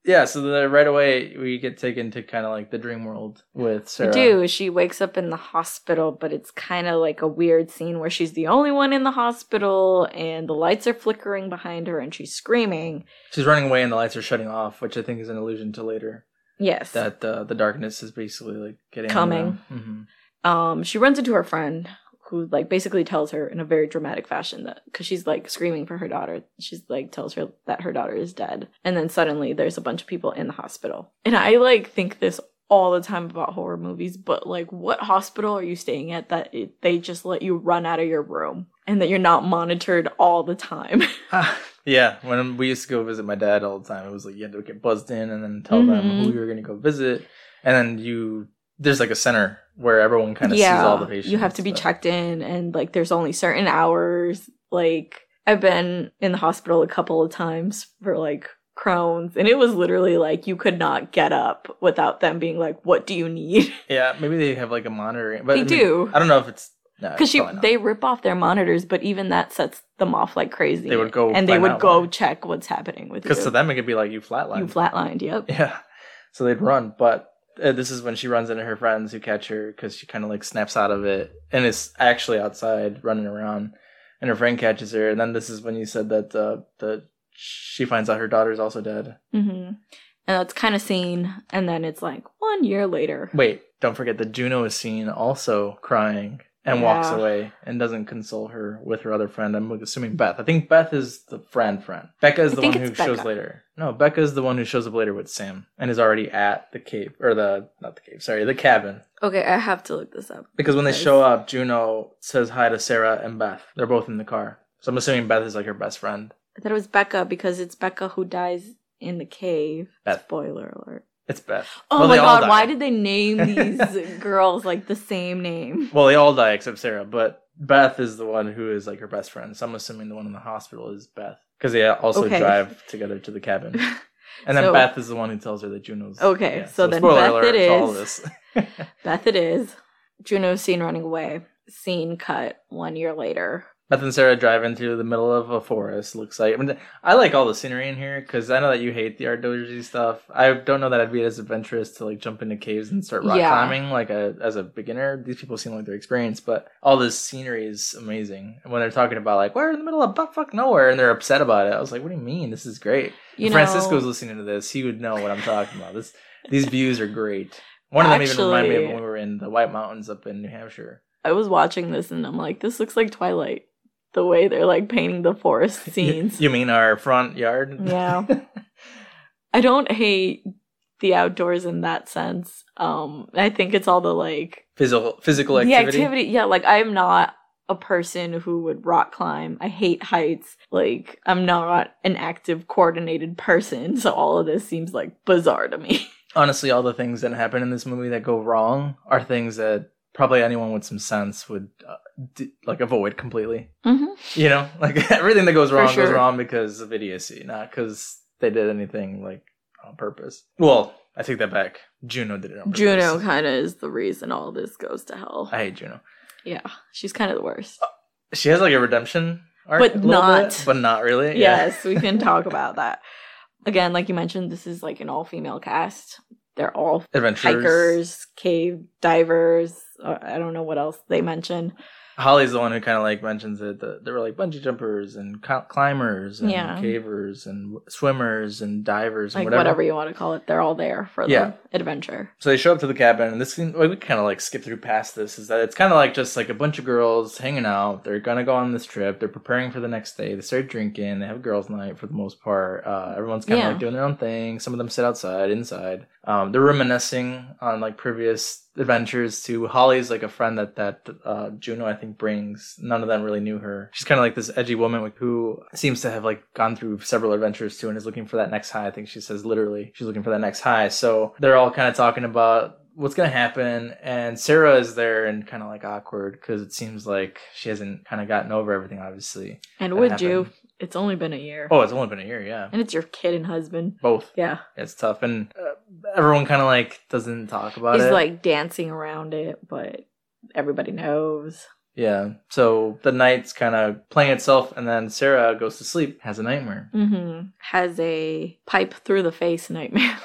Speaker 1: yeah, so the, right away we get taken to kind of like the dream world with
Speaker 2: We
Speaker 1: Sarah.
Speaker 2: do. She wakes up in the hospital, but it's kind of like a weird scene where she's the only one in the hospital and the lights are flickering behind her and she's screaming.
Speaker 1: She's running away, and the lights are shutting off, which I think is an allusion to later.
Speaker 2: Yes.
Speaker 1: that uh, the darkness is basically like getting
Speaker 2: Coming.
Speaker 1: hmm
Speaker 2: um she runs into her friend who like basically tells her in a very dramatic fashion that cuz she's like screaming for her daughter. She's like tells her that her daughter is dead. And then suddenly there's a bunch of people in the hospital. And I like think this all the time about horror movies, but like what hospital are you staying at that it, they just let you run out of your room and that you're not monitored all the time? [laughs]
Speaker 1: [laughs] yeah, when we used to go visit my dad all the time, it was like you had to get buzzed in and then tell them who
Speaker 2: Mhm.
Speaker 1: you were going to go visit, and then you there's like a center where everyone kind of sees all the patients.
Speaker 2: You have to be
Speaker 1: but-
Speaker 2: checked in, and like there's only certain hours. Like I've been in the hospital a couple of times for like Crohn's, and it was literally like you could not get up without them being like, "What do you need?" [laughs]
Speaker 1: Yeah, maybe they have like a monitoring, but
Speaker 2: they
Speaker 1: I mean,
Speaker 2: do
Speaker 1: I don't know if it's
Speaker 2: because
Speaker 1: because
Speaker 2: she they rip off their monitors, but even that sets them off like crazy.
Speaker 1: They would go
Speaker 2: and they
Speaker 1: find
Speaker 2: would
Speaker 1: out
Speaker 2: go
Speaker 1: why.
Speaker 2: check what's happening with you.
Speaker 1: because to them it could be like you flatline.
Speaker 2: you flatlined. Yep.
Speaker 1: Yeah. So they'd run, but uh, this is when she runs into her friends who catch her because she kind of like snaps out of it and is actually outside running around, and her friend catches her. And then this is when you said that uh, that she finds out her daughter's also dead.
Speaker 2: hmm And that's kind of seen, and then it's like one year later.
Speaker 1: Wait, don't forget that Juno is seen also crying and walks
Speaker 2: Yeah.
Speaker 1: away and doesn't console her with her other friend. I'm assuming Beth. I think Beth is the friend friend. Becca is
Speaker 2: I
Speaker 1: the one
Speaker 2: think
Speaker 1: who
Speaker 2: it's
Speaker 1: shows
Speaker 2: Becca.
Speaker 1: later. No, Becca is the one who shows up later with Sam and is already at the cave or the not the cave, sorry, the cabin.
Speaker 2: Okay, I have to look this up.
Speaker 1: Because when they
Speaker 2: Nice.
Speaker 1: show up, Juno says hi to Sarah and Beth. They're both in the car. So I'm assuming Beth is like her best friend.
Speaker 2: I thought it was Becca because it's Becca who dies in the cave.
Speaker 1: Beth.
Speaker 2: Spoiler alert.
Speaker 1: It's Beth.
Speaker 2: Oh
Speaker 1: Well,
Speaker 2: my
Speaker 1: they all
Speaker 2: god, why
Speaker 1: die.
Speaker 2: did
Speaker 1: [laughs]
Speaker 2: they name these girls like the same name? [laughs]
Speaker 1: Well, they all die except Sarah, but Beth is the one who is like her best friend. So I'm assuming the one in the hospital is Beth. Because they also
Speaker 2: Okay.
Speaker 1: drive together to the cabin. And then
Speaker 2: [laughs] So-
Speaker 1: Beth is the one who tells her that Juno's.
Speaker 2: Okay, so then Beth it
Speaker 1: to all
Speaker 2: is.
Speaker 1: this.
Speaker 2: [laughs] Beth it is. Juno's seen running away. Scene cut one year later.
Speaker 1: Beth and Sarah drive into the middle of a forest. Looks like I, mean, I like all the scenery in here because I know that you hate the art doji stuff. I don't know that I'd be as adventurous to like jump into caves and start rock
Speaker 2: Yeah.
Speaker 1: climbing like a, as a beginner. These people seem like they're experienced, but all this scenery is amazing. And when they're talking about like we're in the middle of butt fuck nowhere and they're upset about it, I was like, what do you mean? This is great.
Speaker 2: You
Speaker 1: If
Speaker 2: know,
Speaker 1: Francisco's listening to this, he would know what I'm talking about. This these views are great. One of them even reminded me of
Speaker 2: Actually-
Speaker 1: when we were in the White Mountains up in New Hampshire.
Speaker 2: I was watching this and I'm like, this looks like Twilight. The way they're like painting the forest
Speaker 1: [laughs] You-
Speaker 2: scenes.
Speaker 1: You mean our front yard? [laughs]
Speaker 2: Yeah. I don't hate the outdoors in that sense. Um, I think it's all the like
Speaker 1: physical physical activity.
Speaker 2: The activity, yeah. Like I'm not a person who would rock climb. I hate heights. Like I'm not an active, coordinated person. So all of this seems like bizarre to me.
Speaker 1: Honestly, all the things that happen in this movie that go wrong are things that probably anyone with some sense would uh, d- like avoid completely.
Speaker 2: Mm-hmm.
Speaker 1: You know, [laughs] like everything that goes
Speaker 2: For
Speaker 1: wrong goes
Speaker 2: sure.
Speaker 1: wrong because of idiocy, not because they did anything like on purpose. Well, I take that back. Juno did it on purpose.
Speaker 2: Juno kind of is the reason all this goes to hell.
Speaker 1: I hate Juno.
Speaker 2: yeah, she's kind of
Speaker 1: [laughs]
Speaker 2: the worst.
Speaker 1: She has like a redemption arc,
Speaker 2: But
Speaker 1: a little
Speaker 2: not.
Speaker 1: bit, but not really.
Speaker 2: Yes, we can talk about that. Again, like you mentioned, this is like an all-female cast. They're all
Speaker 1: adventures.
Speaker 2: hikers, cave divers. Uh, I don't know what else they mention.
Speaker 1: Holly's the one who kind of like mentions it. That there were like bungee jumpers and cl- climbers and
Speaker 2: Yeah.
Speaker 1: cavers and swimmers and divers and
Speaker 2: like
Speaker 1: whatever.
Speaker 2: whatever. you want to call it. They're all there for
Speaker 1: Yeah.
Speaker 2: the adventure.
Speaker 1: So they show up to the cabin, and this thing well, we kind of like skip through past this is that it's kind of like just like a bunch of girls hanging out. They're gonna go on this trip. They're preparing for the next day. They start drinking. They have girls' night for the most part. Uh, everyone's kind of
Speaker 2: Yeah.
Speaker 1: like doing their own thing. Some of them sit outside, inside. Um, they're reminiscing on like previous adventures. To Holly's like a friend that that uh, Juno I think brings. None of them really knew her. She's kind of like this edgy woman with- who seems to have like gone through several adventures too, and is looking for that next high. I think she says literally she's looking for that next high. So they're all kind of talking about what's gonna happen and sarah is there and kind of like awkward because it seems like she hasn't kind of gotten over everything obviously
Speaker 2: And
Speaker 1: that
Speaker 2: would you?
Speaker 1: happened.
Speaker 2: It's only been a year.
Speaker 1: oh it's only been a year yeah
Speaker 2: And it's your kid and husband.
Speaker 1: both
Speaker 2: Yeah.
Speaker 1: it's tough and uh, everyone kind of like doesn't talk about
Speaker 2: He's
Speaker 1: it
Speaker 2: like dancing around it, but everybody knows.
Speaker 1: yeah so the night's kind of playing itself and then sarah goes to sleep has a nightmare
Speaker 2: Mm-hmm. Has a pipe through the face nightmare.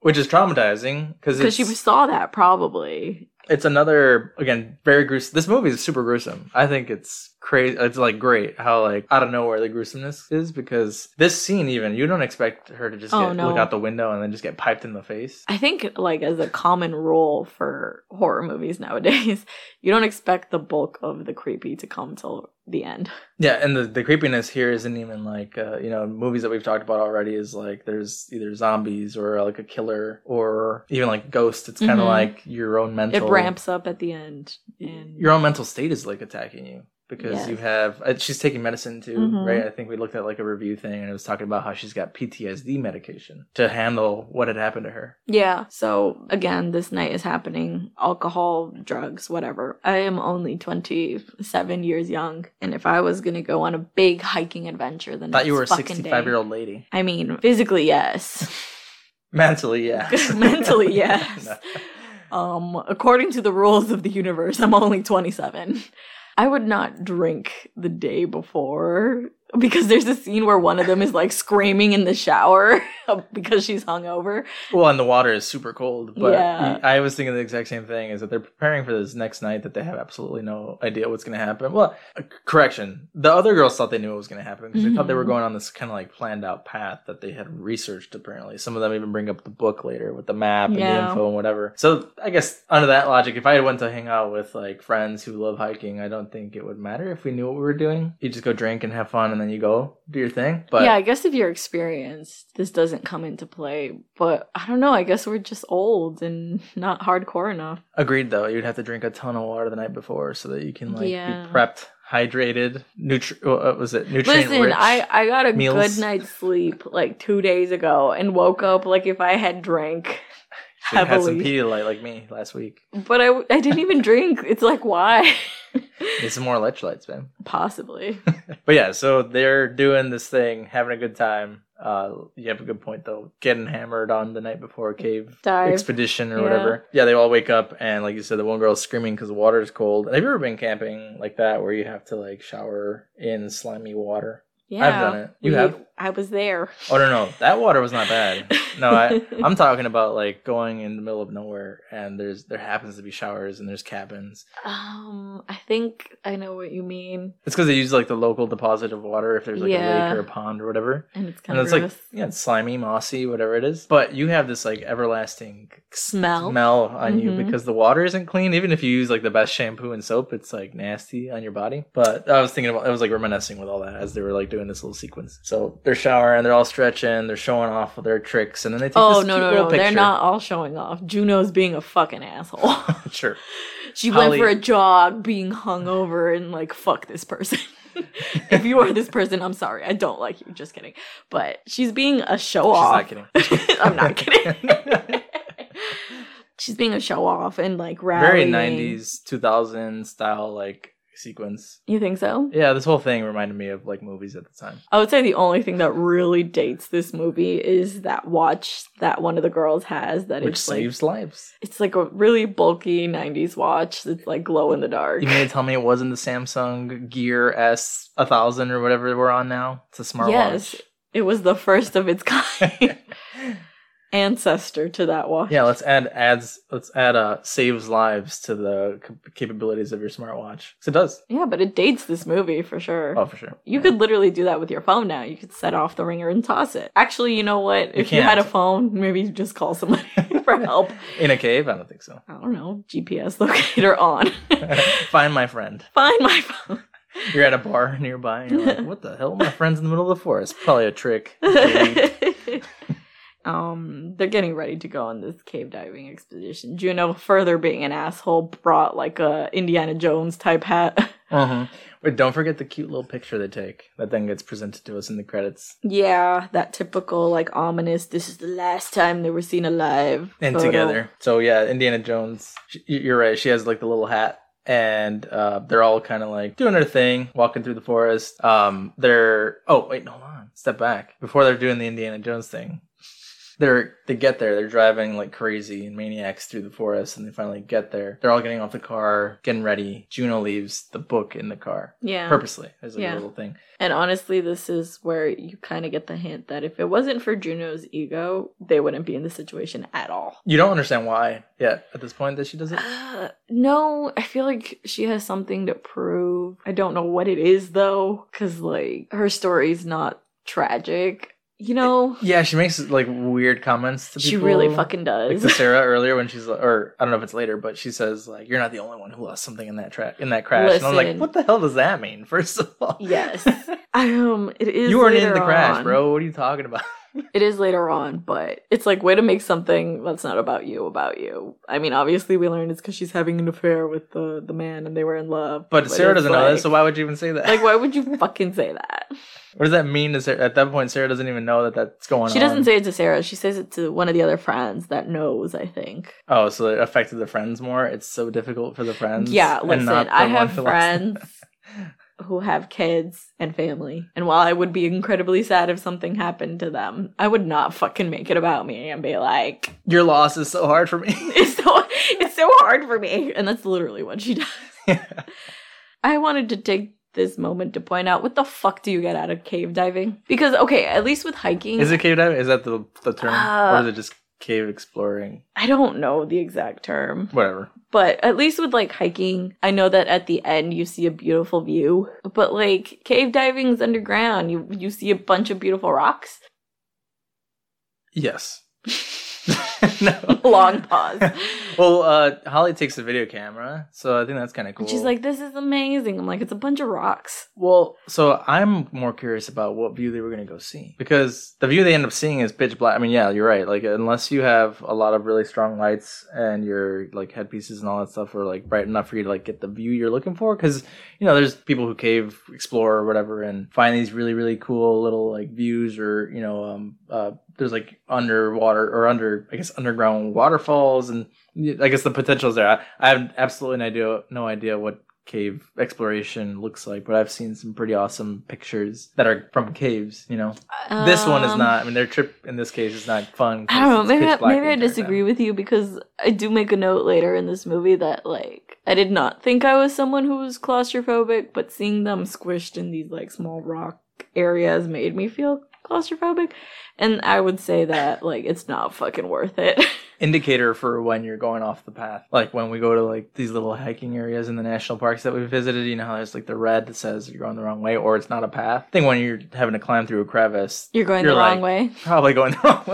Speaker 1: which [laughs] is traumatizing because
Speaker 2: Because
Speaker 1: it's,
Speaker 2: she saw that probably.
Speaker 1: it's another again very gruesome this movie is super gruesome i think it's crazy it's like great how like out of nowhere the gruesomeness is because this scene even you don't expect her to just
Speaker 2: Oh,
Speaker 1: get,
Speaker 2: no.
Speaker 1: look out the window and then just get piped in the face
Speaker 2: I think, like, as a common rule for horror movies nowadays, [laughs] you don't expect the bulk of the creepy to come till the end.
Speaker 1: Yeah, and the, the creepiness here isn't even like uh, you know movies that we've talked about already. Is like there's either zombies or like a killer or even like ghosts. It's kind of
Speaker 2: Mhm.
Speaker 1: like your own mental.
Speaker 2: It ramps up at the end. And
Speaker 1: Your own mental state is like attacking you because you
Speaker 2: Yes.
Speaker 1: have. uh, She's taking medicine too,
Speaker 2: Mhm.
Speaker 1: right? I think we looked at like a review thing and it was talking about how she's got PTSD medication to handle what had happened to her.
Speaker 2: Yeah. So again, this night is happening. Alcohol, drugs, whatever. I am only 27 years young. And if I was going to go on a big hiking adventure, then
Speaker 1: Thought you were a 65 year old lady.
Speaker 2: I mean, physically, yes. [laughs]
Speaker 1: Mentally, yeah.
Speaker 2: Mentally, yes.
Speaker 1: [laughs] No.
Speaker 2: Um, according to the rules of the universe, I'm only 27. I would not drink the day before because there's a scene where one of them is like screaming in the shower [laughs] because she's hungover.
Speaker 1: Well, and the water is super cold. But
Speaker 2: Yeah.
Speaker 1: I was thinking the exact same thing: is that they're preparing for this next night that they have absolutely no idea what's going to happen. Well, uh, correction: the other girls thought they knew what was going to happen because they thought they were
Speaker 2: Mhm.
Speaker 1: going on this kind of like planned out path that they had researched. Apparently, some of them even bring up the book later with the map and the
Speaker 2: Yeah.
Speaker 1: info and whatever. So I guess under that logic, if I had went to hang out with like friends who love hiking, I don't think it would matter if we knew what we were doing. You just go drink and have fun, and then you go do your thing. But
Speaker 2: yeah, I guess if you're experienced, this doesn't come into play. But I don't know. I guess we're just old and [laughs] not hardcore enough.
Speaker 1: Agreed, though. You'd have to drink a ton of water the night before so that you can like
Speaker 2: Yeah.
Speaker 1: be prepped, hydrated, nutri- uh, what was it nutrient
Speaker 2: Listen,
Speaker 1: rich?
Speaker 2: I I got a
Speaker 1: meals.
Speaker 2: good night's sleep like two days ago and woke up like if I had drank. [laughs]
Speaker 1: Should've had some
Speaker 2: heavily-
Speaker 1: Pedialyte like me last week.
Speaker 2: But I I didn't even drink. It's like why? [laughs]
Speaker 1: Need some more electrolytes, man. [laughs]
Speaker 2: Possibly.
Speaker 1: But yeah, so they're doing this thing, having a good time. Uh, you have a good point though. Getting hammered on the night before a cave
Speaker 2: Dive.
Speaker 1: expedition or
Speaker 2: Yeah.
Speaker 1: whatever. Yeah, they all wake up and like you said, the one girl's screaming because the water's cold. Have you ever been camping like that where you have to like shower in slimy water?
Speaker 2: Yeah.
Speaker 1: I've done it. You
Speaker 2: We-
Speaker 1: have?
Speaker 2: I was there.
Speaker 1: Oh no, no, that water was not bad. No,
Speaker 2: [laughs]
Speaker 1: I, I'm talking about like going in the middle of nowhere, and there's there happens to be showers and there's cabins.
Speaker 2: um I think I know what you mean.
Speaker 1: It's because they use like the local deposit of water if there's like a
Speaker 2: Yeah.
Speaker 1: lake or a pond or whatever.
Speaker 2: And it's kind
Speaker 1: And
Speaker 2: of
Speaker 1: it's
Speaker 2: gross.
Speaker 1: like yeah, it's slimy, mossy, whatever it is. But you have this like everlasting
Speaker 2: Smell.
Speaker 1: smell on you
Speaker 2: Mhm.
Speaker 1: because the water isn't clean. Even if you use like the best shampoo and soap, it's like nasty on your body. But I was thinking about I was like reminiscing with all that as they were like doing this little sequence. So they're showering, they're all stretching, they're showing off their tricks, and then they take
Speaker 2: Oh
Speaker 1: this
Speaker 2: no
Speaker 1: cute
Speaker 2: no
Speaker 1: little
Speaker 2: no!
Speaker 1: picture.
Speaker 2: They're not all showing off. Juno's being a fucking asshole.
Speaker 1: [laughs]
Speaker 2: [laughs]
Speaker 1: sure.
Speaker 2: She
Speaker 1: Holly-
Speaker 2: went for a jog, being hungover, and like fuck this person. [laughs] if you are this person, I'm sorry. I don't like you. Just kidding. But she's being a show off.
Speaker 1: She's not kidding.
Speaker 2: [laughs] I'm not kidding.
Speaker 1: kidding.
Speaker 2: [laughs] she's being a show off and like
Speaker 1: [laughs] Very
Speaker 2: rallying.
Speaker 1: nineties, two thousand style like sequence.
Speaker 2: You think so?
Speaker 1: Yeah, this whole thing reminded me of like movies at the time.
Speaker 2: I would say the only thing that really dates this movie is that watch that one of the girls has that
Speaker 1: Which
Speaker 2: it's
Speaker 1: saves lives.
Speaker 2: like it's like a really bulky 90s watch that's like glow in the dark.
Speaker 1: You mean to tell me it wasn't the Samsung Gear S a thousand or whatever we're on now? It's a smartwatch. [laughs]
Speaker 2: Yes. It was the first of its kind. ancestor to that watch.
Speaker 1: Yeah, let's add adds. Let's add uh saves lives to the c- capabilities of your smartwatch. 'Cause it does.
Speaker 2: Yeah, but it dates this movie for sure.
Speaker 1: Oh, for sure.
Speaker 2: You
Speaker 1: Yeah.
Speaker 2: could literally do that with your phone now. You could set off the ringer and toss it. Actually, you know what?
Speaker 1: You
Speaker 2: if you had a
Speaker 1: can't.
Speaker 2: phone, maybe you just
Speaker 1: [laughs]
Speaker 2: call somebody [laughs] for help.
Speaker 1: in a cave. I don't think so. [laughs]
Speaker 2: I don't know, GPS locator on.
Speaker 1: Find my friend.
Speaker 2: Find my phone.
Speaker 1: You're at a bar nearby. And you're like, what the hell? My friend's in the middle of the forest. Probably a trick.
Speaker 2: [laughs]
Speaker 1: Delete.
Speaker 2: um, they're getting ready to go on this cave diving expedition. Juno, further being an asshole, brought like a Indiana Jones type hat. [laughs]
Speaker 1: Uh-huh. But don't forget the cute little picture they take that then gets presented to us in the credits.
Speaker 2: yeah, that typical like ominous. This is the last time they were seen alive.
Speaker 1: And
Speaker 2: photo.
Speaker 1: together. So yeah, Indiana Jones. sh- y- You're right. She has like the little hat. And uh, they're all kind of like doing their thing, walking through the forest. Um, they're oh wait, hold on, step back. Before they're doing the Indiana Jones thing, they're they get there. They're driving like crazy and maniacs through the forest, and they finally get there. They're all getting off the car, getting ready. Juno leaves the book in the car
Speaker 2: Yeah.
Speaker 1: purposely. There's like
Speaker 2: Yeah.
Speaker 1: a little thing.
Speaker 2: And honestly, this is where you kind of get the hint that if it wasn't for Juno's ego, they wouldn't be in this situation at all.
Speaker 1: You don't understand why yet at this point that she does it.
Speaker 2: Uh, no, I feel like she has something to prove. I don't know what it is though, because like her story's not tragic. You know,
Speaker 1: Yeah, she makes like weird comments to people.
Speaker 2: she really fucking
Speaker 1: like
Speaker 2: does.
Speaker 1: to Sarah earlier when she's or I don't know if it's later, but she says like you're not the only one who lost something in that track in that crash. And I'm like,
Speaker 2: Listen.
Speaker 1: what the hell does that mean? First of all, [laughs]
Speaker 2: yes. Um, it is.
Speaker 1: you weren't in
Speaker 2: later
Speaker 1: the crash,
Speaker 2: on.
Speaker 1: bro. What are you talking about? [laughs]
Speaker 2: It is later on, but it's like way to make something that's not about you about you. I mean, obviously we learned it's because she's having an affair with the the man and they were in love.
Speaker 1: But, Sarah
Speaker 2: it's
Speaker 1: doesn't know
Speaker 2: like-
Speaker 1: this, so why [laughs] would you even say that?
Speaker 2: Like, why would you fucking
Speaker 1: [laughs]
Speaker 2: say that?
Speaker 1: what does that mean? To Sarah? At that point, Sarah doesn't even know that that's going
Speaker 2: She
Speaker 1: on.
Speaker 2: doesn't say it to Sarah. She says it to one of the other friends that knows. I think.
Speaker 1: Oh, so it affected the friends more. It's so difficult for the friends.
Speaker 2: Yeah,
Speaker 1: and
Speaker 2: listen,
Speaker 1: not the
Speaker 2: I
Speaker 1: one
Speaker 2: have
Speaker 1: who lost them.
Speaker 2: friends
Speaker 1: [laughs]
Speaker 2: who have kids and family. And while I would be incredibly sad if something happened to them, I would not fucking make it about me and be like,
Speaker 1: Your loss is so hard for me.
Speaker 2: [laughs]
Speaker 1: [laughs]
Speaker 2: it's so, it's so hard for me. And that's literally what she does.
Speaker 1: [laughs]
Speaker 2: I wanted to take this moment to point out what the fuck do you get out of cave diving? Because, okay, at least with hiking,
Speaker 1: Is it cave diving? Is that the the term,
Speaker 2: Uh,
Speaker 1: or is it just cave exploring?
Speaker 2: I don't know the exact term.
Speaker 1: Whatever.
Speaker 2: But at least with like hiking, I know that at the end you see a beautiful view. But like cave diving is underground. You you see a bunch of beautiful rocks. [laughs]
Speaker 1: Yes. [laughs] no.
Speaker 2: [laughs]
Speaker 1: [laughs]
Speaker 2: Long pause.
Speaker 1: well, uh, Holly takes the video camera, so I think that's kind of cool.
Speaker 2: And she's like, "This is amazing." I'm like, "It's a bunch of rocks."
Speaker 1: "Well, so I'm more curious about what view they were gonna go see because the view they end up seeing is pitch black. I mean, yeah, you're right. Like, unless you have a lot of really strong lights and your like headpieces and all that stuff are like bright enough for you to like get the view you're looking for, because you know, there's people who cave explore or whatever and find these really really cool little like views or you know, um, uh, there's like underwater or under I guess underground waterfalls and yeah, I guess the potential is there. I, I have absolutely no idea, no idea what cave exploration looks like, but I've seen some pretty awesome pictures that are from caves. You know, this one is
Speaker 2: Um,
Speaker 1: not. I mean, their trip in this case is not fun. 'cause
Speaker 2: I don't know.
Speaker 1: it's
Speaker 2: Maybe
Speaker 1: pitch
Speaker 2: I,
Speaker 1: black
Speaker 2: maybe
Speaker 1: the
Speaker 2: I
Speaker 1: entire
Speaker 2: disagree
Speaker 1: time.
Speaker 2: with you because I do make a note later in this movie that like I did not think I was someone who was claustrophobic, but seeing them squished in these like small rock areas made me feel claustrophobic, and I would say that like it's not fucking worth it. [laughs]
Speaker 1: Indicator for when you're going off the path, like when we go to like these little hiking areas in the national parks that we visited. You know, how there's like the red that says you're going the wrong way or it's not a path. I think when you're having to climb through a crevice,
Speaker 2: You're going
Speaker 1: You're
Speaker 2: the
Speaker 1: like-
Speaker 2: wrong way.
Speaker 1: probably going [laughs] the wrong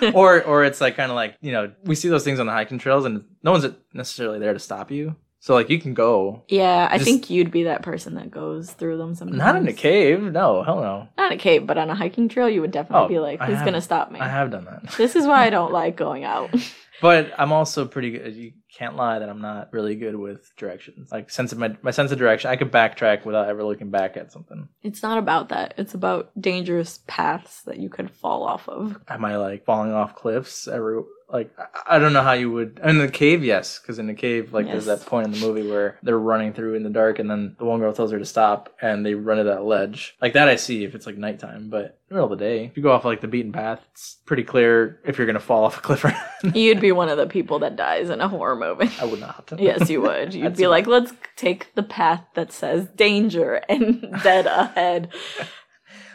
Speaker 2: [laughs]
Speaker 1: way. or or it's like kind of like, you know, we see those things on the hiking trails and no one's necessarily there to stop you. So like you can go
Speaker 2: Yeah, I
Speaker 1: Just-
Speaker 2: think you'd be that person that goes through them sometimes.
Speaker 1: not in a cave. No, hell no.
Speaker 2: Not in a cave, but on a hiking trail, you would definitely
Speaker 1: Oh,
Speaker 2: be like,
Speaker 1: I
Speaker 2: "Who's
Speaker 1: have-
Speaker 2: gonna stop me?"
Speaker 1: I have done that.
Speaker 2: This is why I don't like going out.
Speaker 1: [laughs] But I'm also pretty good you can't lie that I'm not really good with directions. Like sense of my my sense of direction, I could backtrack without ever looking back at something.
Speaker 2: It's not about that. It's about dangerous paths that you could fall off of.
Speaker 1: Am I like falling off cliffs every like I- I don't know how you would in the cave, yes, because in the cave, like there's
Speaker 2: Yes.
Speaker 1: that point in the movie where they're running through in the dark, and then the one girl tells her to stop, and they run to that ledge. Like that, I see if it's like nighttime, but in the middle of the day, if you go off like the beaten path, it's pretty clear if you're gonna fall off a cliff. or not. [laughs]
Speaker 2: You'd be one of the people that dies in a horror movie. [laughs]
Speaker 1: I would not.
Speaker 2: yes, you would. You'd
Speaker 1: That's
Speaker 2: be
Speaker 1: a-
Speaker 2: like, let's take the path that says danger and [laughs] dead ahead.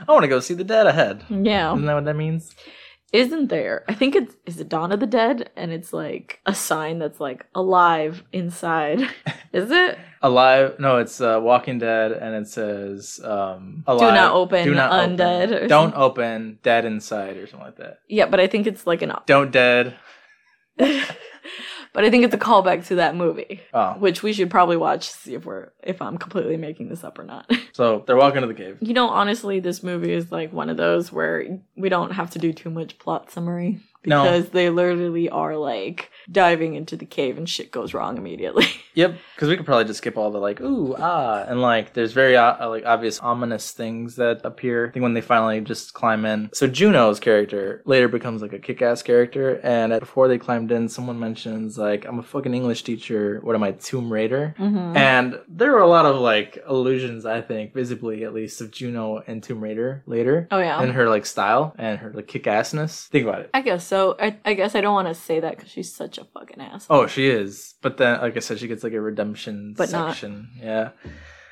Speaker 1: I want to go see the dead ahead.
Speaker 2: Yeah.
Speaker 1: Isn't that what that means?
Speaker 2: isn't there. I think it's is it Dawn of the Dead, and it's like a sign that's like alive
Speaker 1: [laughs]
Speaker 2: inside. is it?
Speaker 1: Alive? No, it's uh, Walking Dead, and it says um, alive.
Speaker 2: Do not open.
Speaker 1: do not open.
Speaker 2: undead. Or
Speaker 1: Don't
Speaker 2: something.
Speaker 1: open dead inside or something like that.
Speaker 2: Yeah, but I think it's like an. [laughs]
Speaker 1: Don't dead.
Speaker 2: but I think it's a callback to that movie,
Speaker 1: Oh,
Speaker 2: which we should probably watch to see if we're if I'm completely making this up or not.
Speaker 1: so they're walking to the cave.
Speaker 2: You know, honestly, this movie is like one of those where we don't have to do too much plot summary
Speaker 1: No.
Speaker 2: because they literally are like diving into the cave and shit goes wrong immediately. [laughs]
Speaker 1: Yep, because we could probably just skip all the like ooh ah and like there's very uh, like obvious ominous things that appear. I think when they finally just climb in. So Juno's character later becomes like a kick-ass character, and at- before they climbed in, someone mentions like I'm a fucking English teacher. What am I, Tomb Raider?
Speaker 2: Mhm.
Speaker 1: And there were a lot of like allusions, I think, visibly at least, of Juno and Tomb Raider later,
Speaker 2: oh yeah,
Speaker 1: and her like style and her like kick-assness. Think about it.
Speaker 2: I guess so. I, I guess I don't want to say that because she's such a fucking ass.
Speaker 1: Oh, she is. But then, like I said, she gets like a redemption
Speaker 2: But not-
Speaker 1: section. Yeah.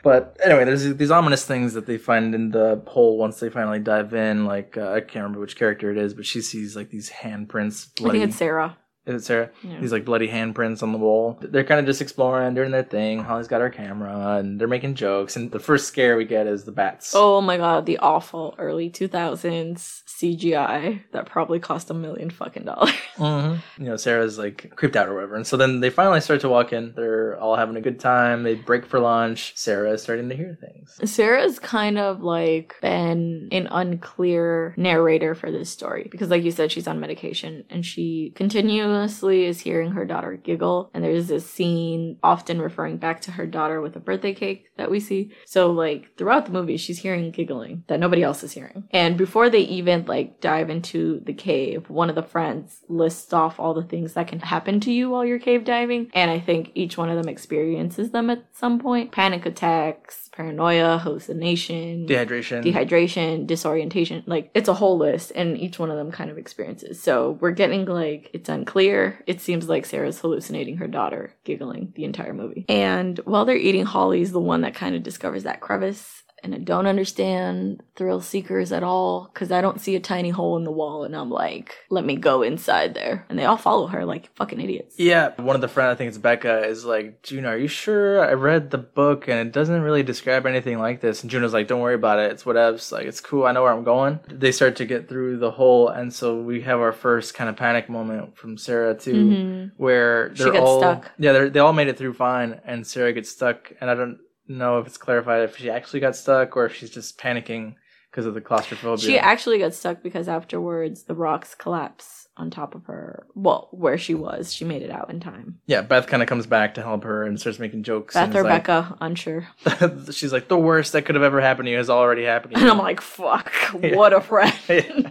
Speaker 1: But anyway, there's these ominous things that they find in the hole once they finally dive in. Like uh, I can't remember which character it is, but she sees like these handprints.
Speaker 2: I
Speaker 1: Bloody.
Speaker 2: think it's Sarah.
Speaker 1: is it Sarah?
Speaker 2: Yeah.
Speaker 1: These like bloody handprints on the wall. They're kind of just exploring, doing their thing. Holly's got her camera, and they're making jokes. And the first scare we get is the bats.
Speaker 2: Oh my god, the awful early 2000s CGI that probably cost a million fucking dollars. [laughs]
Speaker 1: hmm You know, Sarah's like creeped out or whatever. And so then they finally start to walk in. They're all having a good time. They break for lunch. Sarah is starting to hear things.
Speaker 2: Sarah's kind of like been an unclear narrator for this story because, like you said, she's on medication and she continuously is hearing her daughter giggle. And there's this scene often referring back to her daughter with a birthday cake that we see. So, like, throughout the movie, she's hearing giggling that nobody else is hearing. And before they even like dive into the cave, one of the friends lists off all the things that can happen to you while you're cave diving. And I think each one of them experiences them at some point panic attacks, paranoia, hallucination,
Speaker 1: dehydration.
Speaker 2: dehydration, disorientation. Like it's a whole list, and each one of them kind of experiences. So we're getting like it's unclear. It seems like Sarah's hallucinating her daughter, giggling the entire movie. And while they're eating, Holly's the one that kind of discovers that crevice. And I don't understand thrill seekers at all because I don't see a tiny hole in the wall, and I'm like, let me go inside there. And they all follow her like fucking idiots.
Speaker 1: yeah, one of the friends, I think it's Becca, is like, Juno, are you sure? I read the book and it doesn't really describe anything like this. And Juno's like, don't worry about it. It's whatevs. Like, it's cool. I know where I'm going. They start to get through the hole. And so we have our first kind of panic moment from Sarah, too.
Speaker 2: Mhm.
Speaker 1: where
Speaker 2: She
Speaker 1: they're
Speaker 2: gets
Speaker 1: all
Speaker 2: stuck.
Speaker 1: yeah they're, they all made it through fine and sarah gets stuck and i don't know if it's clarified if she actually got stuck or if she's just panicking because of the claustrophobia
Speaker 2: She actually got stuck because afterwards the rocks collapse on top of her. Well, where she was, she made it out in time.
Speaker 1: yeah beth kind of comes back to help her and starts making jokes
Speaker 2: Beth
Speaker 1: and
Speaker 2: or
Speaker 1: is like-
Speaker 2: Becca, unsure. [laughs]
Speaker 1: [laughs] she's like the worst that could have ever happened to you has already happened to
Speaker 2: And
Speaker 1: you.
Speaker 2: I'm like, [laughs] fuck,
Speaker 1: [laughs] Yeah.
Speaker 2: what a friend.
Speaker 1: [laughs] Yeah.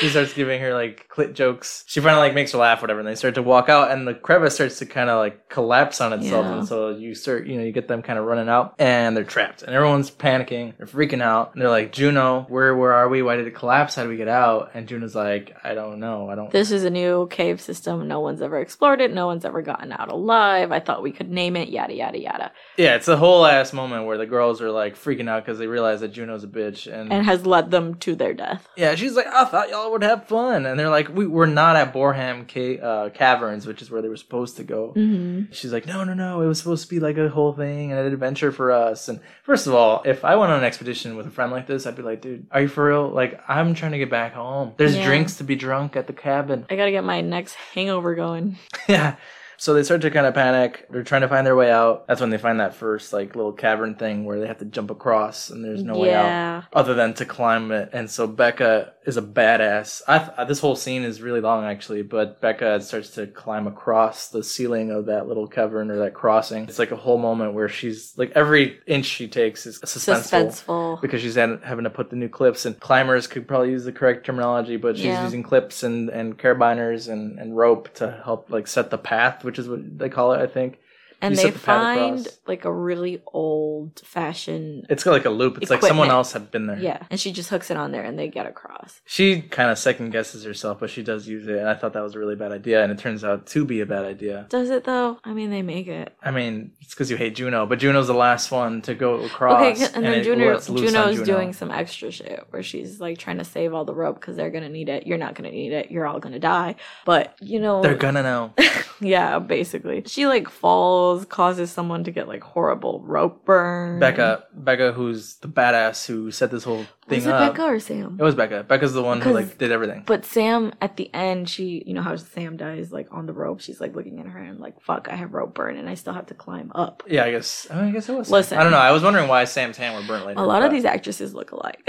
Speaker 1: he starts giving her like clit jokes she finally like makes her laugh whatever and they start to walk out and the crevice starts to kind of like collapse on itself
Speaker 2: Yeah.
Speaker 1: and so you start you know you get them kind of running out and they're trapped and everyone's panicking they're freaking out and they're like juno where where are we why did it collapse how do we get out and juno's like i don't know i don't
Speaker 2: this is a new cave system. No one's ever explored it. No one's ever gotten out alive. I thought we could name it, yada, yada, yada.
Speaker 1: yeah it's a whole ass moment where the girls are like freaking out because they realize that juno's a bitch and,
Speaker 2: And has led them to their death.
Speaker 1: yeah she's like i thought y'all would have fun and they're like we, we're not at borham ca- uh, caverns which is where they were supposed to go
Speaker 2: Mm-hmm.
Speaker 1: She's like, no, no, no. It was supposed to be like a whole thing and an adventure for us. And first of all, if I went on an expedition with a friend like this, I'd be like, dude, are you for real? Like, I'm trying to get back home. There's
Speaker 2: Yeah.
Speaker 1: drinks to be drunk at the cabin. [laughs]
Speaker 2: I gotta get my next hangover going.
Speaker 1: yeah. So they start to kind of panic. They're trying to find their way out. That's when they find that first like little cavern thing where they have to jump across and there's no way out
Speaker 2: yeah.
Speaker 1: other than to climb it. And so Becca is a badass. I th- this whole scene is really long actually, but Becca starts to climb across the ceiling of that little cavern or that crossing. It's like a whole moment where she's like every inch she takes is suspenseful.
Speaker 2: Suspenseful.
Speaker 1: Because she's had, having to put the new clips and climbers could probably use the correct terminology, but she's
Speaker 2: Yeah.
Speaker 1: using clips and, and carabiners and, and rope to help like set the path, which is what they call it, I think.
Speaker 2: and
Speaker 1: You
Speaker 2: they
Speaker 1: said the paddock
Speaker 2: find
Speaker 1: cross.
Speaker 2: like a really old fashioned
Speaker 1: It's got like a loop. It's like someone
Speaker 2: Equipment.
Speaker 1: else had been there.
Speaker 2: yeah and she just hooks it on there and they get across
Speaker 1: She kind of second guesses herself, but she does use it. And I thought that was a really bad idea, and it turns out to be a bad idea.
Speaker 2: does it though i mean they make it
Speaker 1: I mean, it's because you hate Juno, but Juno's the last one to go across.
Speaker 2: okay 'cause- and then
Speaker 1: it
Speaker 2: Juno,
Speaker 1: lets loose on
Speaker 2: juno's
Speaker 1: Juno.
Speaker 2: doing some extra shit where she's like trying to save all the rope because they're gonna need it you're not gonna need it you're all gonna die but you know
Speaker 1: They're gonna
Speaker 2: [laughs]
Speaker 1: know.
Speaker 2: Mm-hmm. yeah basically she like falls causes someone to get like horrible rope burn
Speaker 1: Becca, Becca, who's the badass who set this whole thing
Speaker 2: was it
Speaker 1: up.
Speaker 2: becca or sam
Speaker 1: It was Becca. Becca's the one who
Speaker 2: Because-
Speaker 1: like did everything.
Speaker 2: But Sam, at the end, she, you know how Sam dies, like on the rope. She's like looking at her and like, "Fuck, I have rope burn, and I still have to climb up."
Speaker 1: yeah, I guess. I, mean, I guess it was.
Speaker 2: Listen.
Speaker 1: I don't know. I was wondering why Sam's hand were burnt later.
Speaker 2: A lot of
Speaker 1: but-
Speaker 2: these actresses look alike,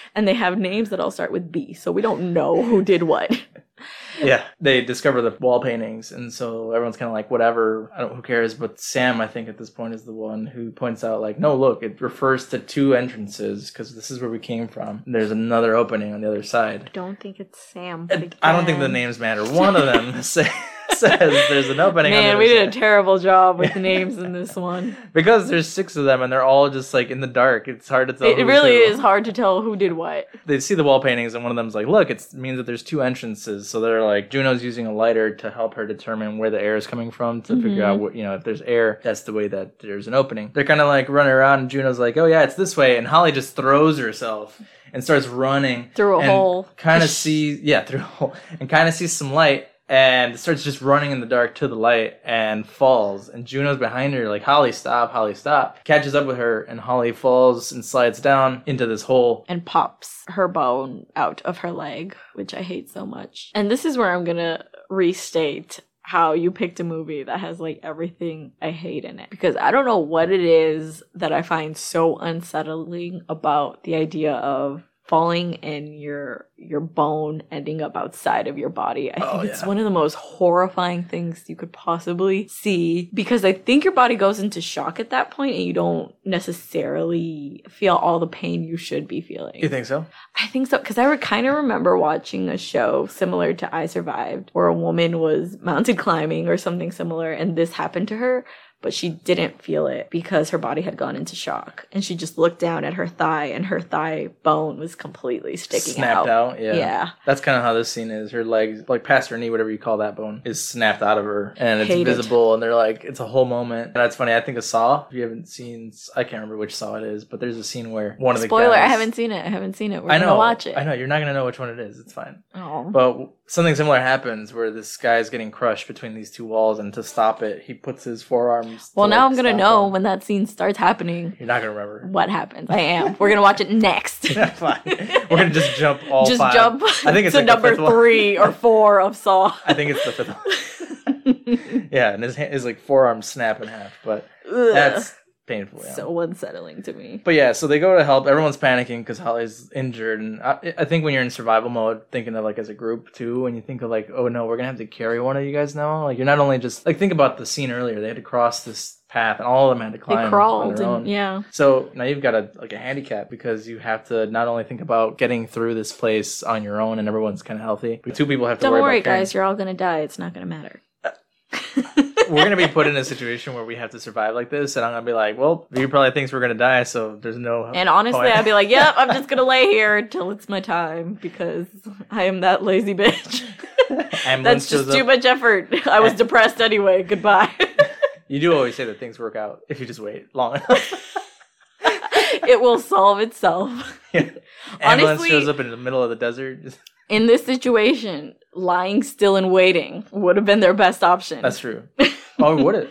Speaker 2: [laughs] and they have names that all start with B, so we don't know who did what.
Speaker 1: Yeah, they discover the wall paintings, and so everyone's kind of like, whatever, I don't, who cares? But Sam, I think at this point is the one who points out, like, no, look, it refers to two entrances because this is where we came from. And there's another opening on the other
Speaker 2: I
Speaker 1: side.
Speaker 2: don't think it's Sam. but
Speaker 1: And I don't think the
Speaker 2: again-
Speaker 1: names matter. One of them [laughs] say, says there's an opening. on the
Speaker 2: Man,
Speaker 1: other
Speaker 2: we did a
Speaker 1: side.
Speaker 2: terrible job
Speaker 1: [laughs]
Speaker 2: with the names in this one.
Speaker 1: because there's six of them, and they're all just like in the dark. It's hard to tell.
Speaker 2: It, it
Speaker 1: who's
Speaker 2: really
Speaker 1: who.
Speaker 2: is hard to tell who did what.
Speaker 1: they see the wall paintings and one of them's like look it means that there's two entrances so they're like juno's using a lighter to help her determine where the air is coming from to
Speaker 2: Mm-hmm.
Speaker 1: figure out what you know if there's air that's the way that there's an opening they're kind of like running around and juno's like oh yeah it's this way and holly just throws herself and starts running
Speaker 2: Through a hole.
Speaker 1: kind
Speaker 2: [laughs]
Speaker 1: of sees yeah through a hole and kind of sees some light and starts just running in the dark to the light and falls and juno's behind her like holly stop holly stop catches up with her and holly falls and slides down into this hole
Speaker 2: and pops her bone out of her leg, which I hate so much. And this is where I'm gonna restate how you picked a movie that has like everything I hate in it. Because I don't know what it is that I find so unsettling about the idea of falling and your your bone ending up outside of your body. I think
Speaker 1: Oh,
Speaker 2: it's
Speaker 1: yeah.
Speaker 2: one of the most horrifying things you could possibly see because I think your body goes into shock at that point and you don't necessarily feel all the pain you should be feeling.
Speaker 1: You think so?
Speaker 2: I think so because I would kind of remember watching a show similar to I Survived, where a woman was mountain climbing or something similar, and this happened to her, but she didn't feel it because her body had gone into shock, and she just looked down at her thigh, and her thigh bone was completely sticking
Speaker 1: snapped out. Yeah.
Speaker 2: Yeah.
Speaker 1: That's kind of how this scene is. Her legs, like past her knee, whatever you call that bone, is snapped out of her and it's
Speaker 2: Hate it.
Speaker 1: visible. And they're like, it's a whole moment. And that's funny. I think a Saw, if you haven't seen, I can't remember which Saw it is, but there's a scene where one of the
Speaker 2: Spoiler:
Speaker 1: guys-
Speaker 2: I haven't seen it. I haven't seen it. We're
Speaker 1: I know.
Speaker 2: gonna watch it.
Speaker 1: I know. You're not going to know which one it is. It's fine.
Speaker 2: Oh.
Speaker 1: But w- something similar happens where this guy's getting crushed between these two walls. And to stop it, he puts his forearms.
Speaker 2: well,
Speaker 1: to,
Speaker 2: now
Speaker 1: like,
Speaker 2: I'm gonna
Speaker 1: stop
Speaker 2: know
Speaker 1: him.
Speaker 2: when that scene starts happening.
Speaker 1: You're not going to remember. [laughs]
Speaker 2: What happens? I am. We're gonna watch it next. [laughs]
Speaker 1: Fine. We're going to just jump all
Speaker 2: just
Speaker 1: five.
Speaker 2: jump
Speaker 1: I think it's
Speaker 2: to
Speaker 1: like the
Speaker 2: number
Speaker 1: fifth one. [laughs]
Speaker 2: three or four of Saw. [laughs]
Speaker 1: I think it's the fifth one. Yeah, and his hand, his like forearm snap in half, but that's painful. Yeah.
Speaker 2: so unsettling to me.
Speaker 1: but yeah, so they go to help. Everyone's panicking because Holly's injured, and I, I think when you're in survival mode, thinking of like as a group too, and you think of like, oh no, we're gonna have to carry one of you guys now. Like you're not only just like think about the scene earlier. They had to cross this path, and all of them had to climb.
Speaker 2: They
Speaker 1: on
Speaker 2: crawled
Speaker 1: their own.
Speaker 2: and yeah.
Speaker 1: So now you've got a like a handicap because you have to not only think about getting through this place on your own, and everyone's kind of healthy. But two people have to
Speaker 2: Don't
Speaker 1: worry,
Speaker 2: worry,
Speaker 1: about carrying-
Speaker 2: guys. You're all gonna die. It's not gonna matter.
Speaker 1: we're gonna be put in a situation where we have to survive like this, and I'm gonna be like, well, he probably thinks we're gonna die, so there's no.
Speaker 2: And honestly,
Speaker 1: point.
Speaker 2: I'd be like, "Yep,
Speaker 1: [laughs]
Speaker 2: I'm just gonna lay here until it's my time because I am that
Speaker 1: [laughs]
Speaker 2: lazy bitch.
Speaker 1: Ambulance
Speaker 2: That's just
Speaker 1: shows
Speaker 2: too
Speaker 1: up.
Speaker 2: much effort.
Speaker 1: [laughs]
Speaker 2: I was depressed anyway. Goodbye." [laughs]
Speaker 1: You do always say that things work out if you just wait long
Speaker 2: [laughs]
Speaker 1: enough. [laughs]
Speaker 2: it will solve itself.
Speaker 1: Ambulance
Speaker 2: Honestly-
Speaker 1: shows up in the middle of the desert. [laughs]
Speaker 2: In this situation, lying still and waiting would have been their best option.
Speaker 1: That's
Speaker 2: [laughs]
Speaker 1: true. Oh, would it?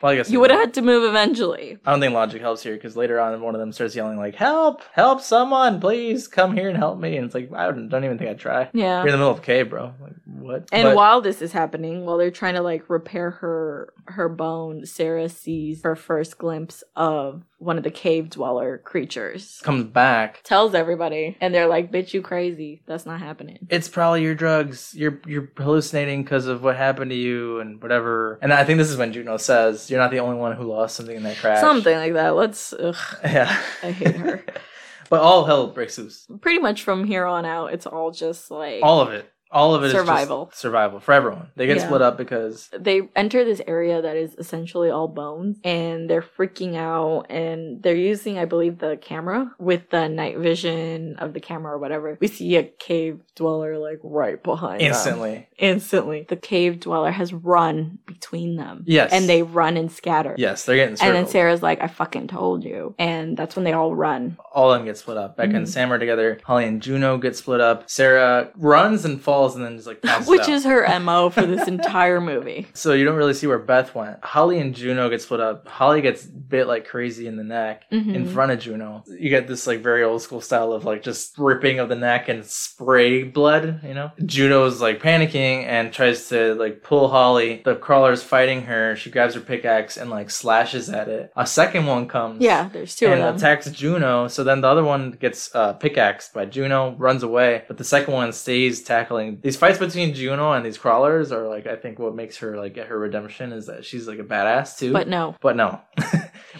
Speaker 1: Well, I guess
Speaker 2: you would have had to move eventually.
Speaker 1: I don't think logic helps here because later on, one of them starts yelling like, "Help! Help! Someone, please come here and help me!" And it's like, I don't, don't even think I would try.
Speaker 2: Yeah.
Speaker 1: You're in the middle of a cave, bro. Like, what?
Speaker 2: And
Speaker 1: But-
Speaker 2: while this is happening, while they're trying to like repair her her bone, Sarah sees her first glimpse of one of the cave dweller creatures.
Speaker 1: comes back
Speaker 2: Tells everybody, and they're like, "Bitch, you crazy? That's not happening."
Speaker 1: it's probably your drugs. You're you're hallucinating because of what happened to you and whatever. And I think this is when Juno says, "You're not the only one who lost something in that crash."
Speaker 2: Something like that. Let's. Ugh,
Speaker 1: [laughs] Yeah.
Speaker 2: I hate her.
Speaker 1: [laughs] but all hell breaks loose.
Speaker 2: Pretty much from here on out, it's all just like
Speaker 1: All of it. all of it is just
Speaker 2: Survival.
Speaker 1: survival for everyone. They get
Speaker 2: Yeah.
Speaker 1: split up because
Speaker 2: they enter this area that is essentially all bones and they're freaking out and they're using i believe the camera with the night vision of the camera or whatever we see a cave dweller like right behind them.
Speaker 1: instantly.
Speaker 2: instantly the cave dweller has run between them
Speaker 1: Yes.
Speaker 2: and they run and scatter
Speaker 1: Yes, they're getting
Speaker 2: and then
Speaker 1: circled.
Speaker 2: sarah's like i fucking told you and that's when they all run
Speaker 1: all of them get split up. Becca and
Speaker 2: Mhm.
Speaker 1: Sam are together. Holly and Juno get split up. Sarah runs and falls and then just
Speaker 2: [laughs]
Speaker 1: like passes
Speaker 2: which
Speaker 1: out.
Speaker 2: is her mo for this [laughs] entire movie
Speaker 1: so you don't really see where Beth went. Holly and Juno get split up. Holly gets bit like crazy in the neck. in
Speaker 2: Mhm.
Speaker 1: front of Juno. You get this like very old school style of like just ripping of the neck and spray blood, you know? Juno's like panicking and tries to like pull Holly. The crawler's fighting her. She grabs her pickaxe and like slashes at it. A second one comes.
Speaker 2: yeah there's two
Speaker 1: And
Speaker 2: of them
Speaker 1: attacks Juno. So then the other one gets uh, pickaxed by Juno, runs away, but the second one stays tackling. These fights between Juno and these crawlers are like I think what makes her like get her redemption is that she's like a badass too.
Speaker 2: but no
Speaker 1: but no, [laughs]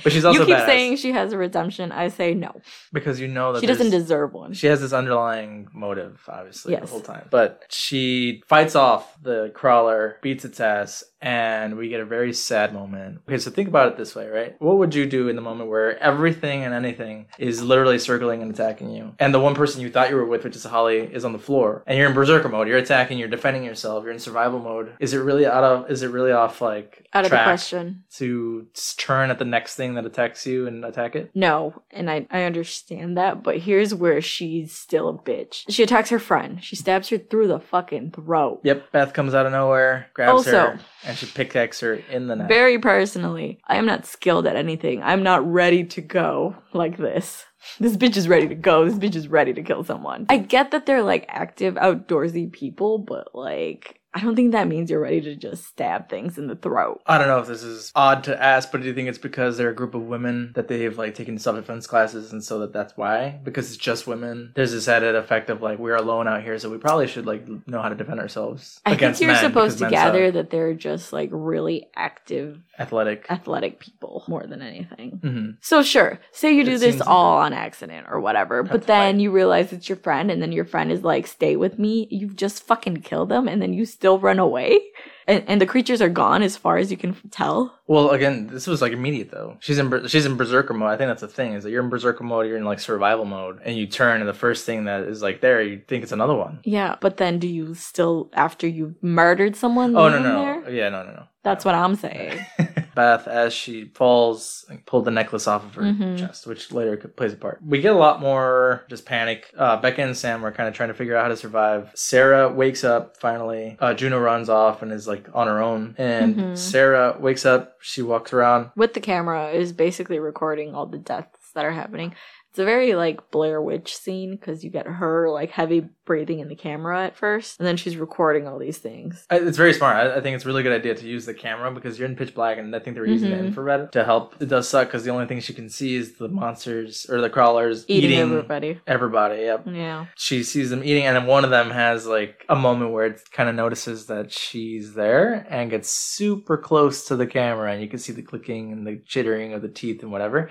Speaker 1: but she's also
Speaker 2: you keep
Speaker 1: badass
Speaker 2: saying she has a redemption. I say no.
Speaker 1: because you know that
Speaker 2: She doesn't
Speaker 1: there's-
Speaker 2: deserve one.
Speaker 1: she has this underlying motive obviously the
Speaker 2: Yes.
Speaker 1: whole time but she fights off the crawler beats its ass and we get a very sad moment okay so think about it this way right what would you do in the moment where everything and anything is literally circling and attacking you and the one person you thought you were with which is holly is on the floor and you're in berserker mode you're attacking you're defending yourself you're in survival mode is it really out of is it really off like
Speaker 2: Out of the
Speaker 1: track
Speaker 2: question.
Speaker 1: to s- turn at the next thing that attacks you and attack it
Speaker 2: No, and I, I understand that, but here's where she's still a bitch. She attacks her friend. She stabs her through the fucking throat.
Speaker 1: Yep, Beth comes out of nowhere, grabs
Speaker 2: Also-
Speaker 1: her, and she pickaxes her in the neck.
Speaker 2: Oh, Very personally, I am not skilled at anything. I'm not ready to go like this. This bitch is ready to go. This bitch is ready to kill someone. I get that they're like active, outdoorsy people, but like, I don't think that means you're ready to just stab things in the throat.
Speaker 1: I don't know if this is odd to ask, but do you think it's because they're a group of women that they've like taken self defense classes, and so that that's why? Because it's just women. There's this added effect of like we're alone out here, so we probably should like know how to defend ourselves
Speaker 2: I think
Speaker 1: against
Speaker 2: you're
Speaker 1: men,
Speaker 2: supposed to
Speaker 1: because men suck.
Speaker 2: gather that they're just like really active,
Speaker 1: athletic.
Speaker 2: athletic people more than anything.
Speaker 1: Mhm.
Speaker 2: So, sure, say you do
Speaker 1: It
Speaker 2: this
Speaker 1: seems-
Speaker 2: all on accident or whatever,
Speaker 1: Have
Speaker 2: but
Speaker 1: to
Speaker 2: then
Speaker 1: fight.
Speaker 2: you realize it's your friend, and then your friend is like, stay with me. You've just fucking killed them, and then you still run away, and, and the creatures are gone as far as you can tell.
Speaker 1: Well, again, this was like immediate though. She's in ber- she's in berserker mode. I think that's the thing is that you're in berserker mode, you're in like survival mode, and you turn, and the first thing that is like there, you think it's another one.
Speaker 2: Yeah, but then do you still, after you've murdered someone,
Speaker 1: Oh
Speaker 2: leave
Speaker 1: no
Speaker 2: them
Speaker 1: no, no.
Speaker 2: there?
Speaker 1: yeah no no no.
Speaker 2: That's what I'm saying. [laughs]
Speaker 1: Beth, as she falls, like, pulled the necklace off of her
Speaker 2: Mhm.
Speaker 1: chest, which later c- plays a part. We get a lot more just panic. Uh, Becca and Sam are kind of trying to figure out how to survive. Sarah wakes up finally. Uh, Juno runs off and is like on her own. And
Speaker 2: Mhm.
Speaker 1: Sarah wakes up. She walks around.
Speaker 2: with the camera is basically recording all the deaths that are happening. It's a very like Blair Witch scene because you get her like heavy breathing in the camera at first, and then she's recording all these things.
Speaker 1: I- It's very smart. I, I think it's a really good idea to use the camera because you're in pitch black, and I think they're using the
Speaker 2: Mhm.
Speaker 1: infrared to help. It does suck because the only thing she can see is the monsters or the crawlers
Speaker 2: Eating,
Speaker 1: eating,
Speaker 2: everybody.
Speaker 1: everybody. Yep.
Speaker 2: Yeah.
Speaker 1: she sees them eating, and then one of them has like a moment where it kind of notices that she's there and gets super close to the camera, and you can see the clicking and the chittering of the teeth and whatever.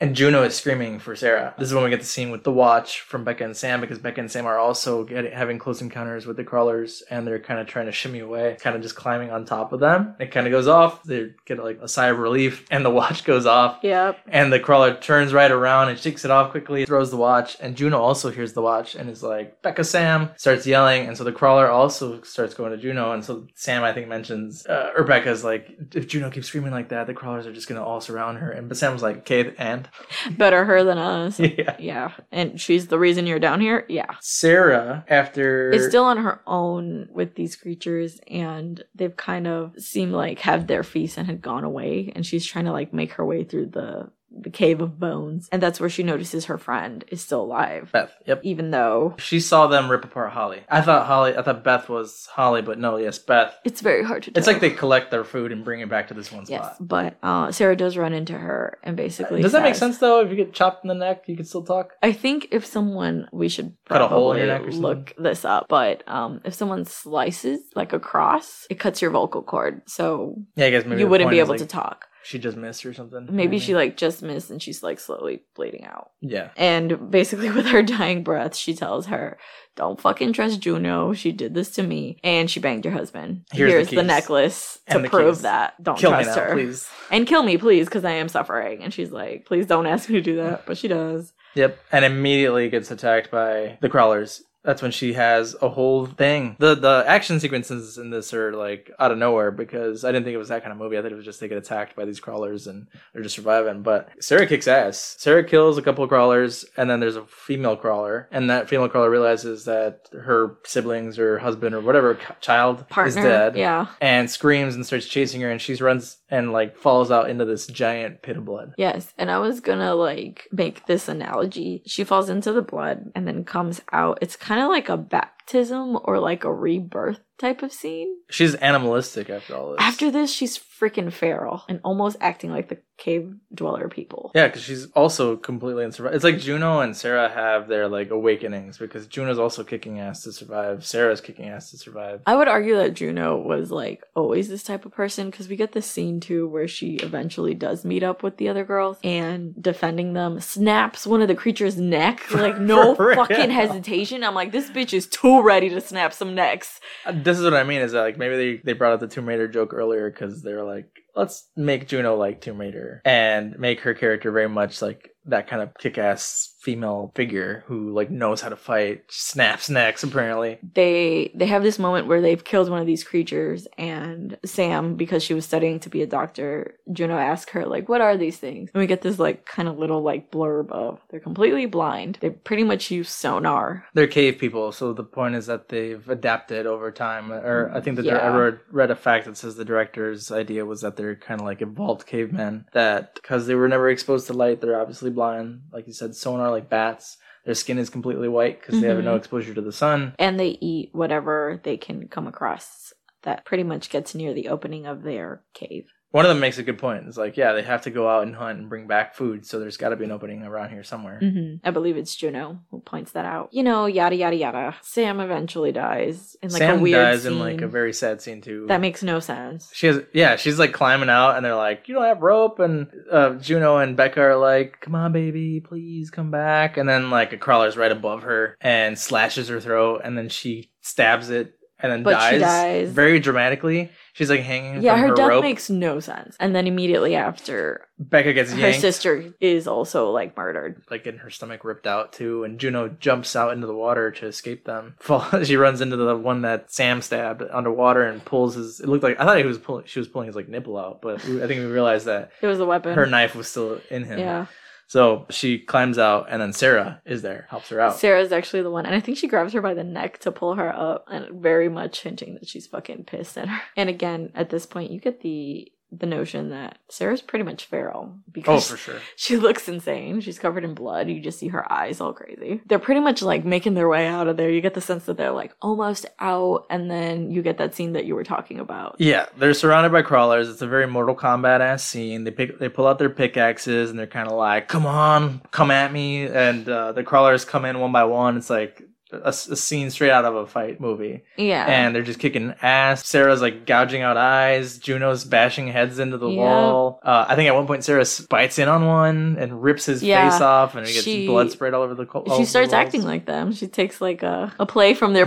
Speaker 1: And Juno is screaming for Sarah. This is when we get the scene with the watch from Becca and Sam because Becca and Sam are also getting, having close encounters with the crawlers and they're kind of trying to shimmy away, kind of just climbing on top of them. It kind of goes off. They get like a sigh of relief and the [laughs] watch goes off
Speaker 2: Yep.
Speaker 1: and the crawler turns right around and shakes it off quickly, throws the watch, and Juno also hears the watch and is like, Becca Sam, starts yelling, and so the crawler also starts going to Juno, and so Sam, I think, mentions, uh, or Becca's like, if Juno keeps screaming like that, the crawlers are just gonna all surround her, and but Sam's like, okay, and? [laughs]
Speaker 2: Better her than us.
Speaker 1: yeah.
Speaker 2: yeah. And she's the reason you're down here. Yeah.
Speaker 1: Sarah, after...
Speaker 2: Is still on her own with these creatures, and they've kind of seemed like have their feast and had gone away, and she's trying to like make her way through the the cave of bones, and that's where she notices her friend is still alive.
Speaker 1: Beth, yep.
Speaker 2: even though
Speaker 1: She saw them rip apart Holly. I thought Holly, I thought Beth was Holly, but no, yes, Beth.
Speaker 2: it's very hard to tell.
Speaker 1: It's like they collect their food and bring it back to this one
Speaker 2: Yes,
Speaker 1: spot.
Speaker 2: but uh, Sarah does run into her and basically.
Speaker 1: Does that make
Speaker 2: says-
Speaker 1: sense though? If you get chopped in the neck, you can still talk?
Speaker 2: I think if someone, we should
Speaker 1: Cut a hole in
Speaker 2: probably
Speaker 1: your neck or
Speaker 2: look this up, but um, if someone slices like a cross, it cuts your vocal cord, so
Speaker 1: Yeah, I guess maybe
Speaker 2: you
Speaker 1: the
Speaker 2: wouldn't
Speaker 1: point
Speaker 2: be
Speaker 1: is,
Speaker 2: able
Speaker 1: like,
Speaker 2: to talk.
Speaker 1: She just missed or something.
Speaker 2: Maybe she like just missed and she's like slowly bleeding out.
Speaker 1: Yeah.
Speaker 2: And basically, [laughs] with her dying breath, she tells her, Don't fucking trust Juno. She did this to me. And she banged your husband.
Speaker 1: Here's
Speaker 2: Here's,
Speaker 1: the
Speaker 2: the,
Speaker 1: keys.
Speaker 2: necklace to
Speaker 1: And the
Speaker 2: prove
Speaker 1: keys.
Speaker 2: that. Don't
Speaker 1: Kill me
Speaker 2: trust
Speaker 1: now,
Speaker 2: her.
Speaker 1: please.
Speaker 2: And kill me, please, because I am suffering. And she's like, Please don't ask me to do that. But she does.
Speaker 1: Yep. And immediately gets attacked by the crawlers. That's when she has a whole thing. The the action sequences in this are like out of nowhere because I didn't think it was that kind of movie. I thought it was just they get attacked by these crawlers and they're just surviving. But Sarah kicks ass. Sarah kills a couple of crawlers and then there's a female crawler and that female crawler realizes that her siblings or husband or whatever c- child is
Speaker 2: Partner.
Speaker 1: dead
Speaker 2: Yeah.
Speaker 1: and screams and starts chasing her and she runs and like falls out into this giant pit of blood.
Speaker 2: Yes, and I was gonna like make this analogy. She falls into the blood and then comes out. It's kind of like a baptism or like a rebirth type of scene.
Speaker 1: She's animalistic after all this.
Speaker 2: After this, she's freaking feral and almost acting like the cave dweller people.
Speaker 1: Yeah, because she's also completely in survival. It's like Juno and Sarah have their like awakenings because Juno's also kicking ass to survive. Sarah's kicking ass to survive.
Speaker 2: I would argue that Juno was like always this type of person because we get this scene too where she eventually does meet up with the other girls and defending them snaps one of the
Speaker 1: [laughs]
Speaker 2: creature's neck like no
Speaker 1: For real.
Speaker 2: fucking hesitation. I'm like this bitch is too ready to snap some necks.
Speaker 1: Uh, This is what I mean is that like maybe they they brought up the Tomb Raider joke earlier because they're like let's make Juno like Tomb Raider and make her character very much like that kind of kick ass female figure who like knows how to fight, snaps necks apparently.
Speaker 2: they they have this moment where they've killed one of these creatures and sam because she was studying to be a doctor juno asked her like what are these things and we get this like kind of little like blurb of they're completely blind they pretty much use sonar
Speaker 1: They're cave people, so the point is that they've adapted over time. Or I think that there- I
Speaker 2: Yeah.
Speaker 1: read, read a fact that says the director's idea was that they're kind of like evolved cavemen. That because they were never exposed to light, they're obviously blind. Like you said, sonar like bats. Their skin is completely white because they have no
Speaker 2: Mhm.
Speaker 1: exposure to the sun.
Speaker 2: and they eat whatever they can come across that pretty much gets near the opening of their cave
Speaker 1: One of them makes a good point. It's like, yeah, they have to go out and hunt and bring back food, so there's got to be an opening around here somewhere.
Speaker 2: hmm i believe it's juno who points that out you know yada yada yada sam eventually dies in like
Speaker 1: Sam
Speaker 2: a weird
Speaker 1: dies
Speaker 2: scene
Speaker 1: in like a very sad scene too.
Speaker 2: that makes no sense
Speaker 1: She has, yeah, she's like climbing out, and they're like, "You don't have rope." And uh, Juno and Becca are like, "Come on, baby, please come back." And then like a crawler's right above her and slashes her throat, and then she stabs it, and then
Speaker 2: But
Speaker 1: dies,
Speaker 2: she dies.
Speaker 1: very dramatically. She's like hanging
Speaker 2: yeah,
Speaker 1: from
Speaker 2: her,
Speaker 1: her,
Speaker 2: death
Speaker 1: rope.
Speaker 2: makes no sense. And then immediately after,
Speaker 1: Becca gets
Speaker 2: her
Speaker 1: yanked,
Speaker 2: sister is also like murdered.
Speaker 1: like getting her stomach ripped out too, and Juno jumps out into the water to escape them. [laughs] Fall, she runs into the one that Sam stabbed underwater and pulls his. It looked like I thought he was pulling. She was pulling his like nipple out, but we- I think we realized that.
Speaker 2: It was a weapon.
Speaker 1: Her knife was still in him.
Speaker 2: yeah.
Speaker 1: So she climbs out, and then Sarah is there, helps her out.
Speaker 2: Sarah's actually the one. And I think she grabs her by the neck to pull her up and very much hinting that she's fucking pissed at her. [laughs] And again, at this point, you get the the notion that Sarah's pretty much feral
Speaker 1: oh,
Speaker 2: because
Speaker 1: for sure.
Speaker 2: [laughs] she looks insane. She's covered in blood. You just see her eyes all crazy. They're pretty much like making their way out of there. You get the sense that they're like almost out. And then you get that scene that you were talking about.
Speaker 1: Yeah, they're surrounded by crawlers. It's a very Mortal Kombat ass scene. They pick, they pull out their pickaxes, and they're kind of like, "Come on, come at me!" And uh, the crawlers come in one by one. It's like a, a scene straight out of a fight movie,
Speaker 2: Yeah.
Speaker 1: and they're just kicking ass. Sarah's like gouging out eyes. Juno's bashing heads into the
Speaker 2: Yeah.
Speaker 1: wall. Uh, I think at one point Sarah bites in on one and rips his
Speaker 2: Yeah.
Speaker 1: face off, and he gets
Speaker 2: She-
Speaker 1: blood sprayed all over the. co- all over
Speaker 2: she
Speaker 1: oh, the
Speaker 2: starts
Speaker 1: walls.
Speaker 2: acting like them. She takes like a, a play from their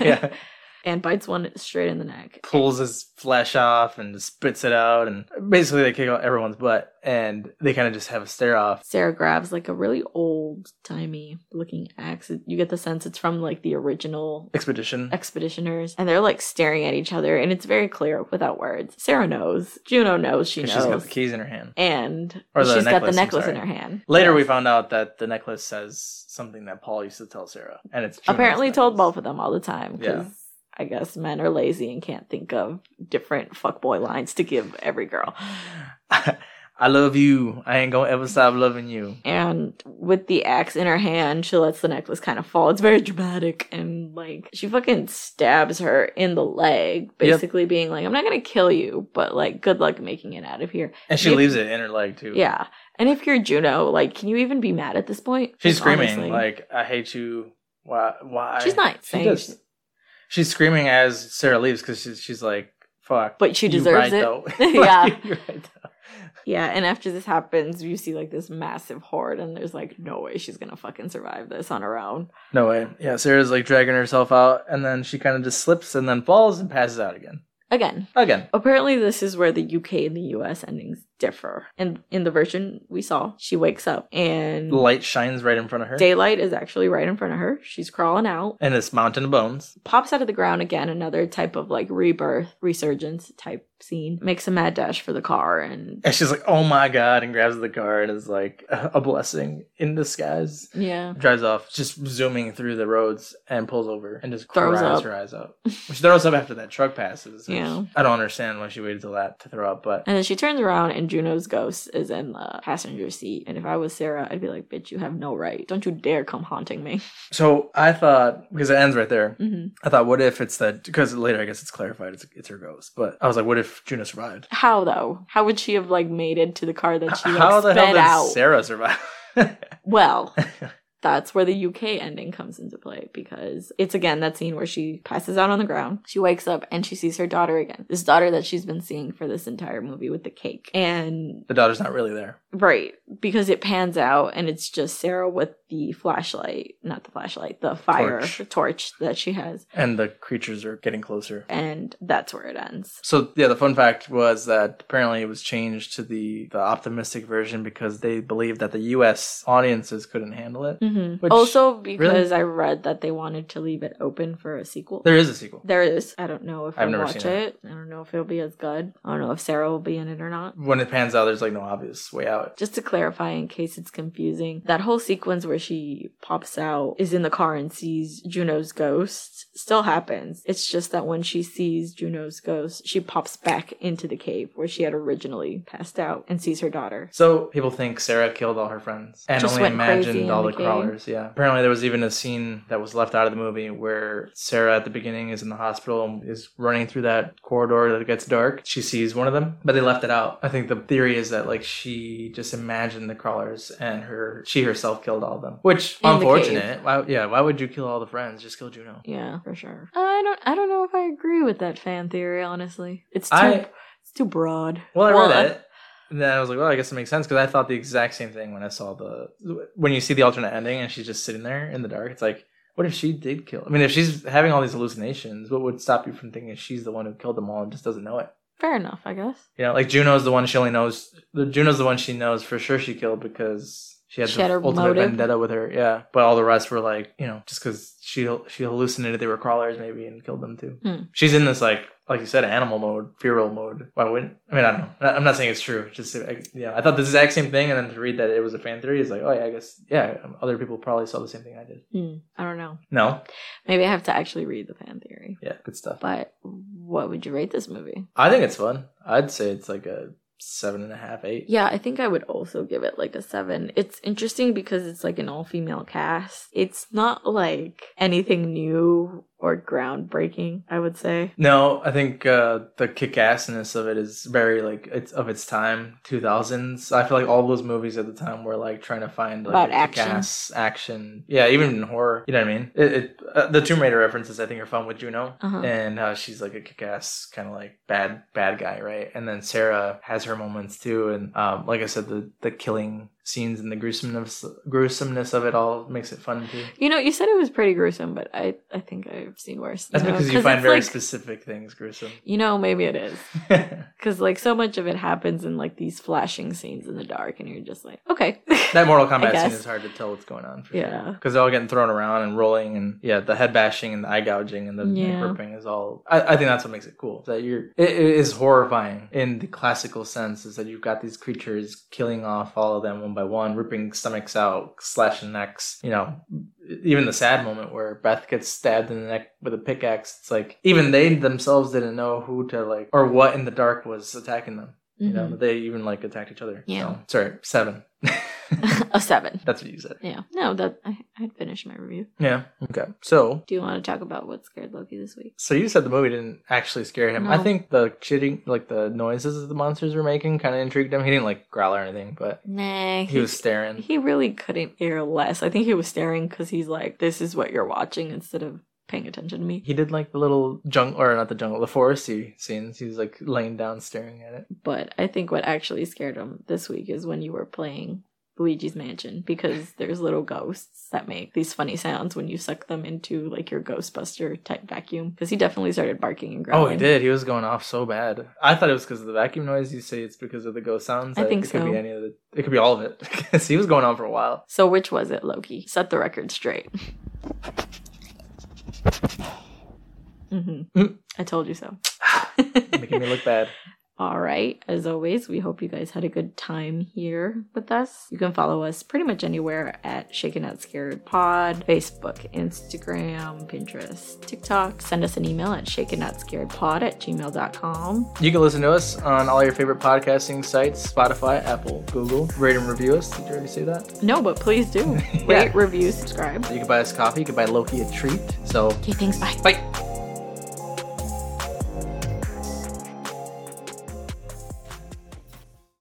Speaker 1: [laughs] yeah.
Speaker 2: [laughs] and bites one straight in the neck.
Speaker 1: pulls his flesh off and spits it out and basically they kick out everyone's butt and they kind of just have a stare off
Speaker 2: Sarah grabs like a really old timey looking axe. You get the sense it's from like the original
Speaker 1: expedition
Speaker 2: expeditioners and they're like staring at each other and it's very clear without words. Sarah knows. Juno knows she
Speaker 1: 'cause
Speaker 2: knows.
Speaker 1: she's got the keys in her hand
Speaker 2: And
Speaker 1: Or the
Speaker 2: she's got
Speaker 1: necklace,
Speaker 2: the
Speaker 1: I'm
Speaker 2: necklace in
Speaker 1: sorry.
Speaker 2: her hand.
Speaker 1: later
Speaker 2: Yes.
Speaker 1: we found out that the necklace says something that paul used to tell sarah and it's Juno's
Speaker 2: apparently told
Speaker 1: necklace.
Speaker 2: both of them all the time
Speaker 1: Yeah.
Speaker 2: because I guess men are lazy and can't think of different fuckboy lines to give every girl.
Speaker 1: [laughs] i love you i ain't gonna ever stop loving you
Speaker 2: and with the axe in her hand, she lets the necklace kind of fall. It's very dramatic and like she fucking stabs her in the leg, basically being like, I'm not gonna kill you, but like good luck making it out of here.
Speaker 1: and she
Speaker 2: Maybe-
Speaker 1: leaves it in her leg too
Speaker 2: Yeah. And if you're Juno, like, can you even be mad at this point?
Speaker 1: she's
Speaker 2: Like,
Speaker 1: screaming
Speaker 2: honestly.
Speaker 1: like i hate you why why
Speaker 2: she's not
Speaker 1: she
Speaker 2: saying
Speaker 1: just she's screaming as sarah leaves because she's, she's like fuck
Speaker 2: but she
Speaker 1: You right,
Speaker 2: deserves [laughs] it.
Speaker 1: though. [laughs]
Speaker 2: Yeah.
Speaker 1: You right, though.
Speaker 2: Yeah, and after this happens, you see like this massive horde, and there's like no way she's gonna fucking survive this on her own.
Speaker 1: No way. Yeah, Sarah's like dragging herself out, and then she kind of just slips and then falls and passes out again.
Speaker 2: Again,
Speaker 1: Again.
Speaker 2: apparently this is where the UK and the US endings differ. And in the version we saw, she wakes up and
Speaker 1: The light shines right in front of her.
Speaker 2: daylight is actually right in front of her. She's crawling out,
Speaker 1: and this mountain of bones.
Speaker 2: pops out of the ground again, another type of like rebirth, resurgence type scene. Makes a mad dash for the car and
Speaker 1: And she's like, oh my God, and grabs the car and is like, a blessing in disguise.
Speaker 2: yeah.
Speaker 1: Drives off, just zooming through the roads and pulls over and just
Speaker 2: Throws
Speaker 1: cries
Speaker 2: up.
Speaker 1: her eyes out. Which throws up after that truck passes. which
Speaker 2: Yeah.
Speaker 1: I don't understand why she waited till that to throw up, but
Speaker 2: And then she turns around and Juno's ghost is in the passenger seat. And if I was Sarah, I'd be like, bitch, you have no right. Don't you dare come haunting me.
Speaker 1: so I thought because it ends right there.
Speaker 2: hmm
Speaker 1: I thought, what if it's that? Because later, I guess it's clarified, it's, it's her ghost. But I was like, what if Juno survived?
Speaker 2: How though? How would she have like made it to the car that she like,
Speaker 1: How the hell
Speaker 2: sped
Speaker 1: did
Speaker 2: out?
Speaker 1: Sarah survive? [laughs]
Speaker 2: well, that's where the UK ending comes into play because it's again that scene where she passes out on the ground. She wakes up and she sees her daughter again. This daughter that she's been seeing for this entire movie with the cake. And
Speaker 1: the daughter's not really there.
Speaker 2: right, because it pans out and it's just Sarah with the flashlight, not the flashlight, the fire
Speaker 1: Torch.
Speaker 2: torch that she has.
Speaker 1: And the creatures are getting closer.
Speaker 2: And that's where it ends.
Speaker 1: So yeah, the fun fact was that apparently it was changed to the the optimistic version because they believed that the U.S. audiences couldn't handle it.
Speaker 2: hmm
Speaker 1: Which-
Speaker 2: also, because I read that they wanted to leave it open for a sequel.
Speaker 1: There is a sequel.
Speaker 2: There is. I don't know if
Speaker 1: I've
Speaker 2: I'll
Speaker 1: never
Speaker 2: watch
Speaker 1: seen
Speaker 2: it. I don't know if it'll be as good. I don't know if Sarah will be in it or not.
Speaker 1: When it pans out, there's like no obvious way out.
Speaker 2: Just to clarify, in case it's confusing, that whole sequence where she pops out, is in the car, and sees Juno's ghost still happens. It's just that when she sees Juno's ghost, she pops back into the cave where she had originally passed out and sees her daughter.
Speaker 1: So people think Sarah killed all her friends and
Speaker 2: Just
Speaker 1: only
Speaker 2: went crazy
Speaker 1: imagined
Speaker 2: in
Speaker 1: all
Speaker 2: the
Speaker 1: the,
Speaker 2: cave.
Speaker 1: crawlers. Yeah. Apparently, there was even a scene that was left out of the movie where Sarah at the beginning is in the hospital and is running through that corridor that gets dark. She sees one of them, but they left it out. I think the theory is that like she just imagined the crawlers and her she herself killed all of them, which
Speaker 2: In the
Speaker 1: unfortunate. Why, yeah. Why would you kill all the friends? Just kill Juno.
Speaker 2: Yeah, for sure. I don't. I don't know if I agree with that fan theory. Honestly, it's too.
Speaker 1: I
Speaker 2: it's too broad.
Speaker 1: well, I
Speaker 2: I-
Speaker 1: read it. And then I was like, well, I guess it makes sense because I thought the exact same thing when I saw the when you see the alternate ending and she's just sitting there in the dark. It's like, what if she did kill? I mean, if she's having all these hallucinations, what would stop you from thinking she's the one who killed them all and just doesn't know it?
Speaker 2: Fair enough, I guess.
Speaker 1: You know, like Juno's the one she only knows. The Juno's the one she knows for sure she killed because she had
Speaker 2: She
Speaker 1: the
Speaker 2: had her
Speaker 1: ultimate
Speaker 2: motive.
Speaker 1: vendetta with her. Yeah, but all the rest were like, you know, just because she she hallucinated they were crawlers maybe and killed them too.
Speaker 2: Hmm.
Speaker 1: She's in this like like you said animal mode, feral mode. Why wouldn't? I mean, I don't know. I- I'm not saying it's true. Just I, yeah, I thought the exact same thing, and then to read that it was a fan theory is like, oh yeah, I guess yeah. Other people probably saw the same thing I did.
Speaker 2: Hmm, I don't know.
Speaker 1: No,
Speaker 2: Maybe I have to actually read the fan theory.
Speaker 1: yeah, good stuff.
Speaker 2: But what would you rate this movie?
Speaker 1: I think it's fun. I'd say it's like a seven and a half, eight.
Speaker 2: Yeah, I think I would also give it like a seven. It's interesting because it's like an all female cast. It's not like anything new or groundbreaking, I would say.
Speaker 1: No, I think uh, the kick assness of it is very like it's of its time, two thousands. I feel like all those movies at the time were like trying to find like
Speaker 2: About
Speaker 1: a kick-ass action. Yeah, even in horror. You know what I mean? It, it, uh, the Tomb Raider references I think are fun with Juno,
Speaker 2: Uh-huh.
Speaker 1: and uh, she's like a kick ass kind of like bad bad guy, right? And then Sarah has her moments too, and um, like I said, the the killing scenes and the gruesomeness gruesomeness of it all makes it fun too.
Speaker 2: You know, you said it was pretty gruesome, but I, I think I've seen worse.
Speaker 1: That's
Speaker 2: know,
Speaker 1: because you find
Speaker 2: it's
Speaker 1: very
Speaker 2: like-
Speaker 1: specific things gruesome. [laughs]
Speaker 2: You know, maybe it is. Because, like, so much of it happens in, like, these flashing scenes in the dark, and you're just like, okay.
Speaker 1: [laughs]
Speaker 2: [laughs]
Speaker 1: That Mortal
Speaker 2: I
Speaker 1: Kombat
Speaker 2: guess.
Speaker 1: scene is hard to tell what's going on for
Speaker 2: Yeah.
Speaker 1: Because they're all getting thrown around and rolling and yeah, the head bashing and the eye gouging and the neck
Speaker 2: Yeah.
Speaker 1: ripping is all I, I think that's what makes it cool. That you're it, it is horrifying in the classical sense is that you've got these creatures killing off all of them one by one, ripping stomachs out, slashing necks, you know. Even the sad moment where Beth gets stabbed in the neck with a pickaxe, it's like even they themselves didn't know who to like or what in the dark was attacking them. You
Speaker 2: Mhm.
Speaker 1: know, they even like attacked each other.
Speaker 2: Mm-hmm. Yeah.
Speaker 1: So, sorry, seven. [laughs]
Speaker 2: Mhm. [laughs] a seven.
Speaker 1: That's what you said.
Speaker 2: Yeah. No, that I, I'd finished my review.
Speaker 1: Yeah. Okay. So,
Speaker 2: Do you want to talk about what scared Loki this week?
Speaker 1: so you said the movie didn't actually scare him. I
Speaker 2: No.
Speaker 1: think the shitting, like the noises that the monsters were making, kind of intrigued him. He didn't like growl or anything, but
Speaker 2: Nah,
Speaker 1: he was staring.
Speaker 2: He really couldn't care less. I think he was staring because he's like, "This is what you're watching," instead of paying attention to me.
Speaker 1: He did like the little jungle, or not the jungle, the foresty scenes. He was like laying down, staring at it.
Speaker 2: But I think what actually scared him this week is when you were playing Luigi's Mansion because there's little ghosts that make these funny sounds when you suck them into like your Ghostbuster type vacuum. Because he definitely started barking and growling.
Speaker 1: Oh, he did. He was going off so bad. I thought it was because of the vacuum noise. You say it's because of the ghost sounds.
Speaker 2: I think
Speaker 1: it could
Speaker 2: so.
Speaker 1: be any of the. It could be all of it. [laughs] 'Cause he was going on for a while.
Speaker 2: So which was it, Loki? Set the record straight. hmm
Speaker 1: Mm.
Speaker 2: I told you so. [laughs]
Speaker 1: making me look bad.
Speaker 2: All right. As always, we hope you guys had a good time here with us. You can follow us pretty much anywhere at Shaken Out Scared Pod, Facebook, Instagram, Pinterest, TikTok. Send us an email at shakenoutscaredpod at gmail.com.
Speaker 1: You can listen to us on all your favorite podcasting sites: Spotify, Apple, Google. Rate and review us. Did you already say that?
Speaker 2: No, but please do. [laughs]
Speaker 1: Yeah.
Speaker 2: Rate, review, subscribe.
Speaker 1: You can buy us coffee. You can buy Loki a treat. So
Speaker 2: Okay, thanks. Bye.
Speaker 1: bye.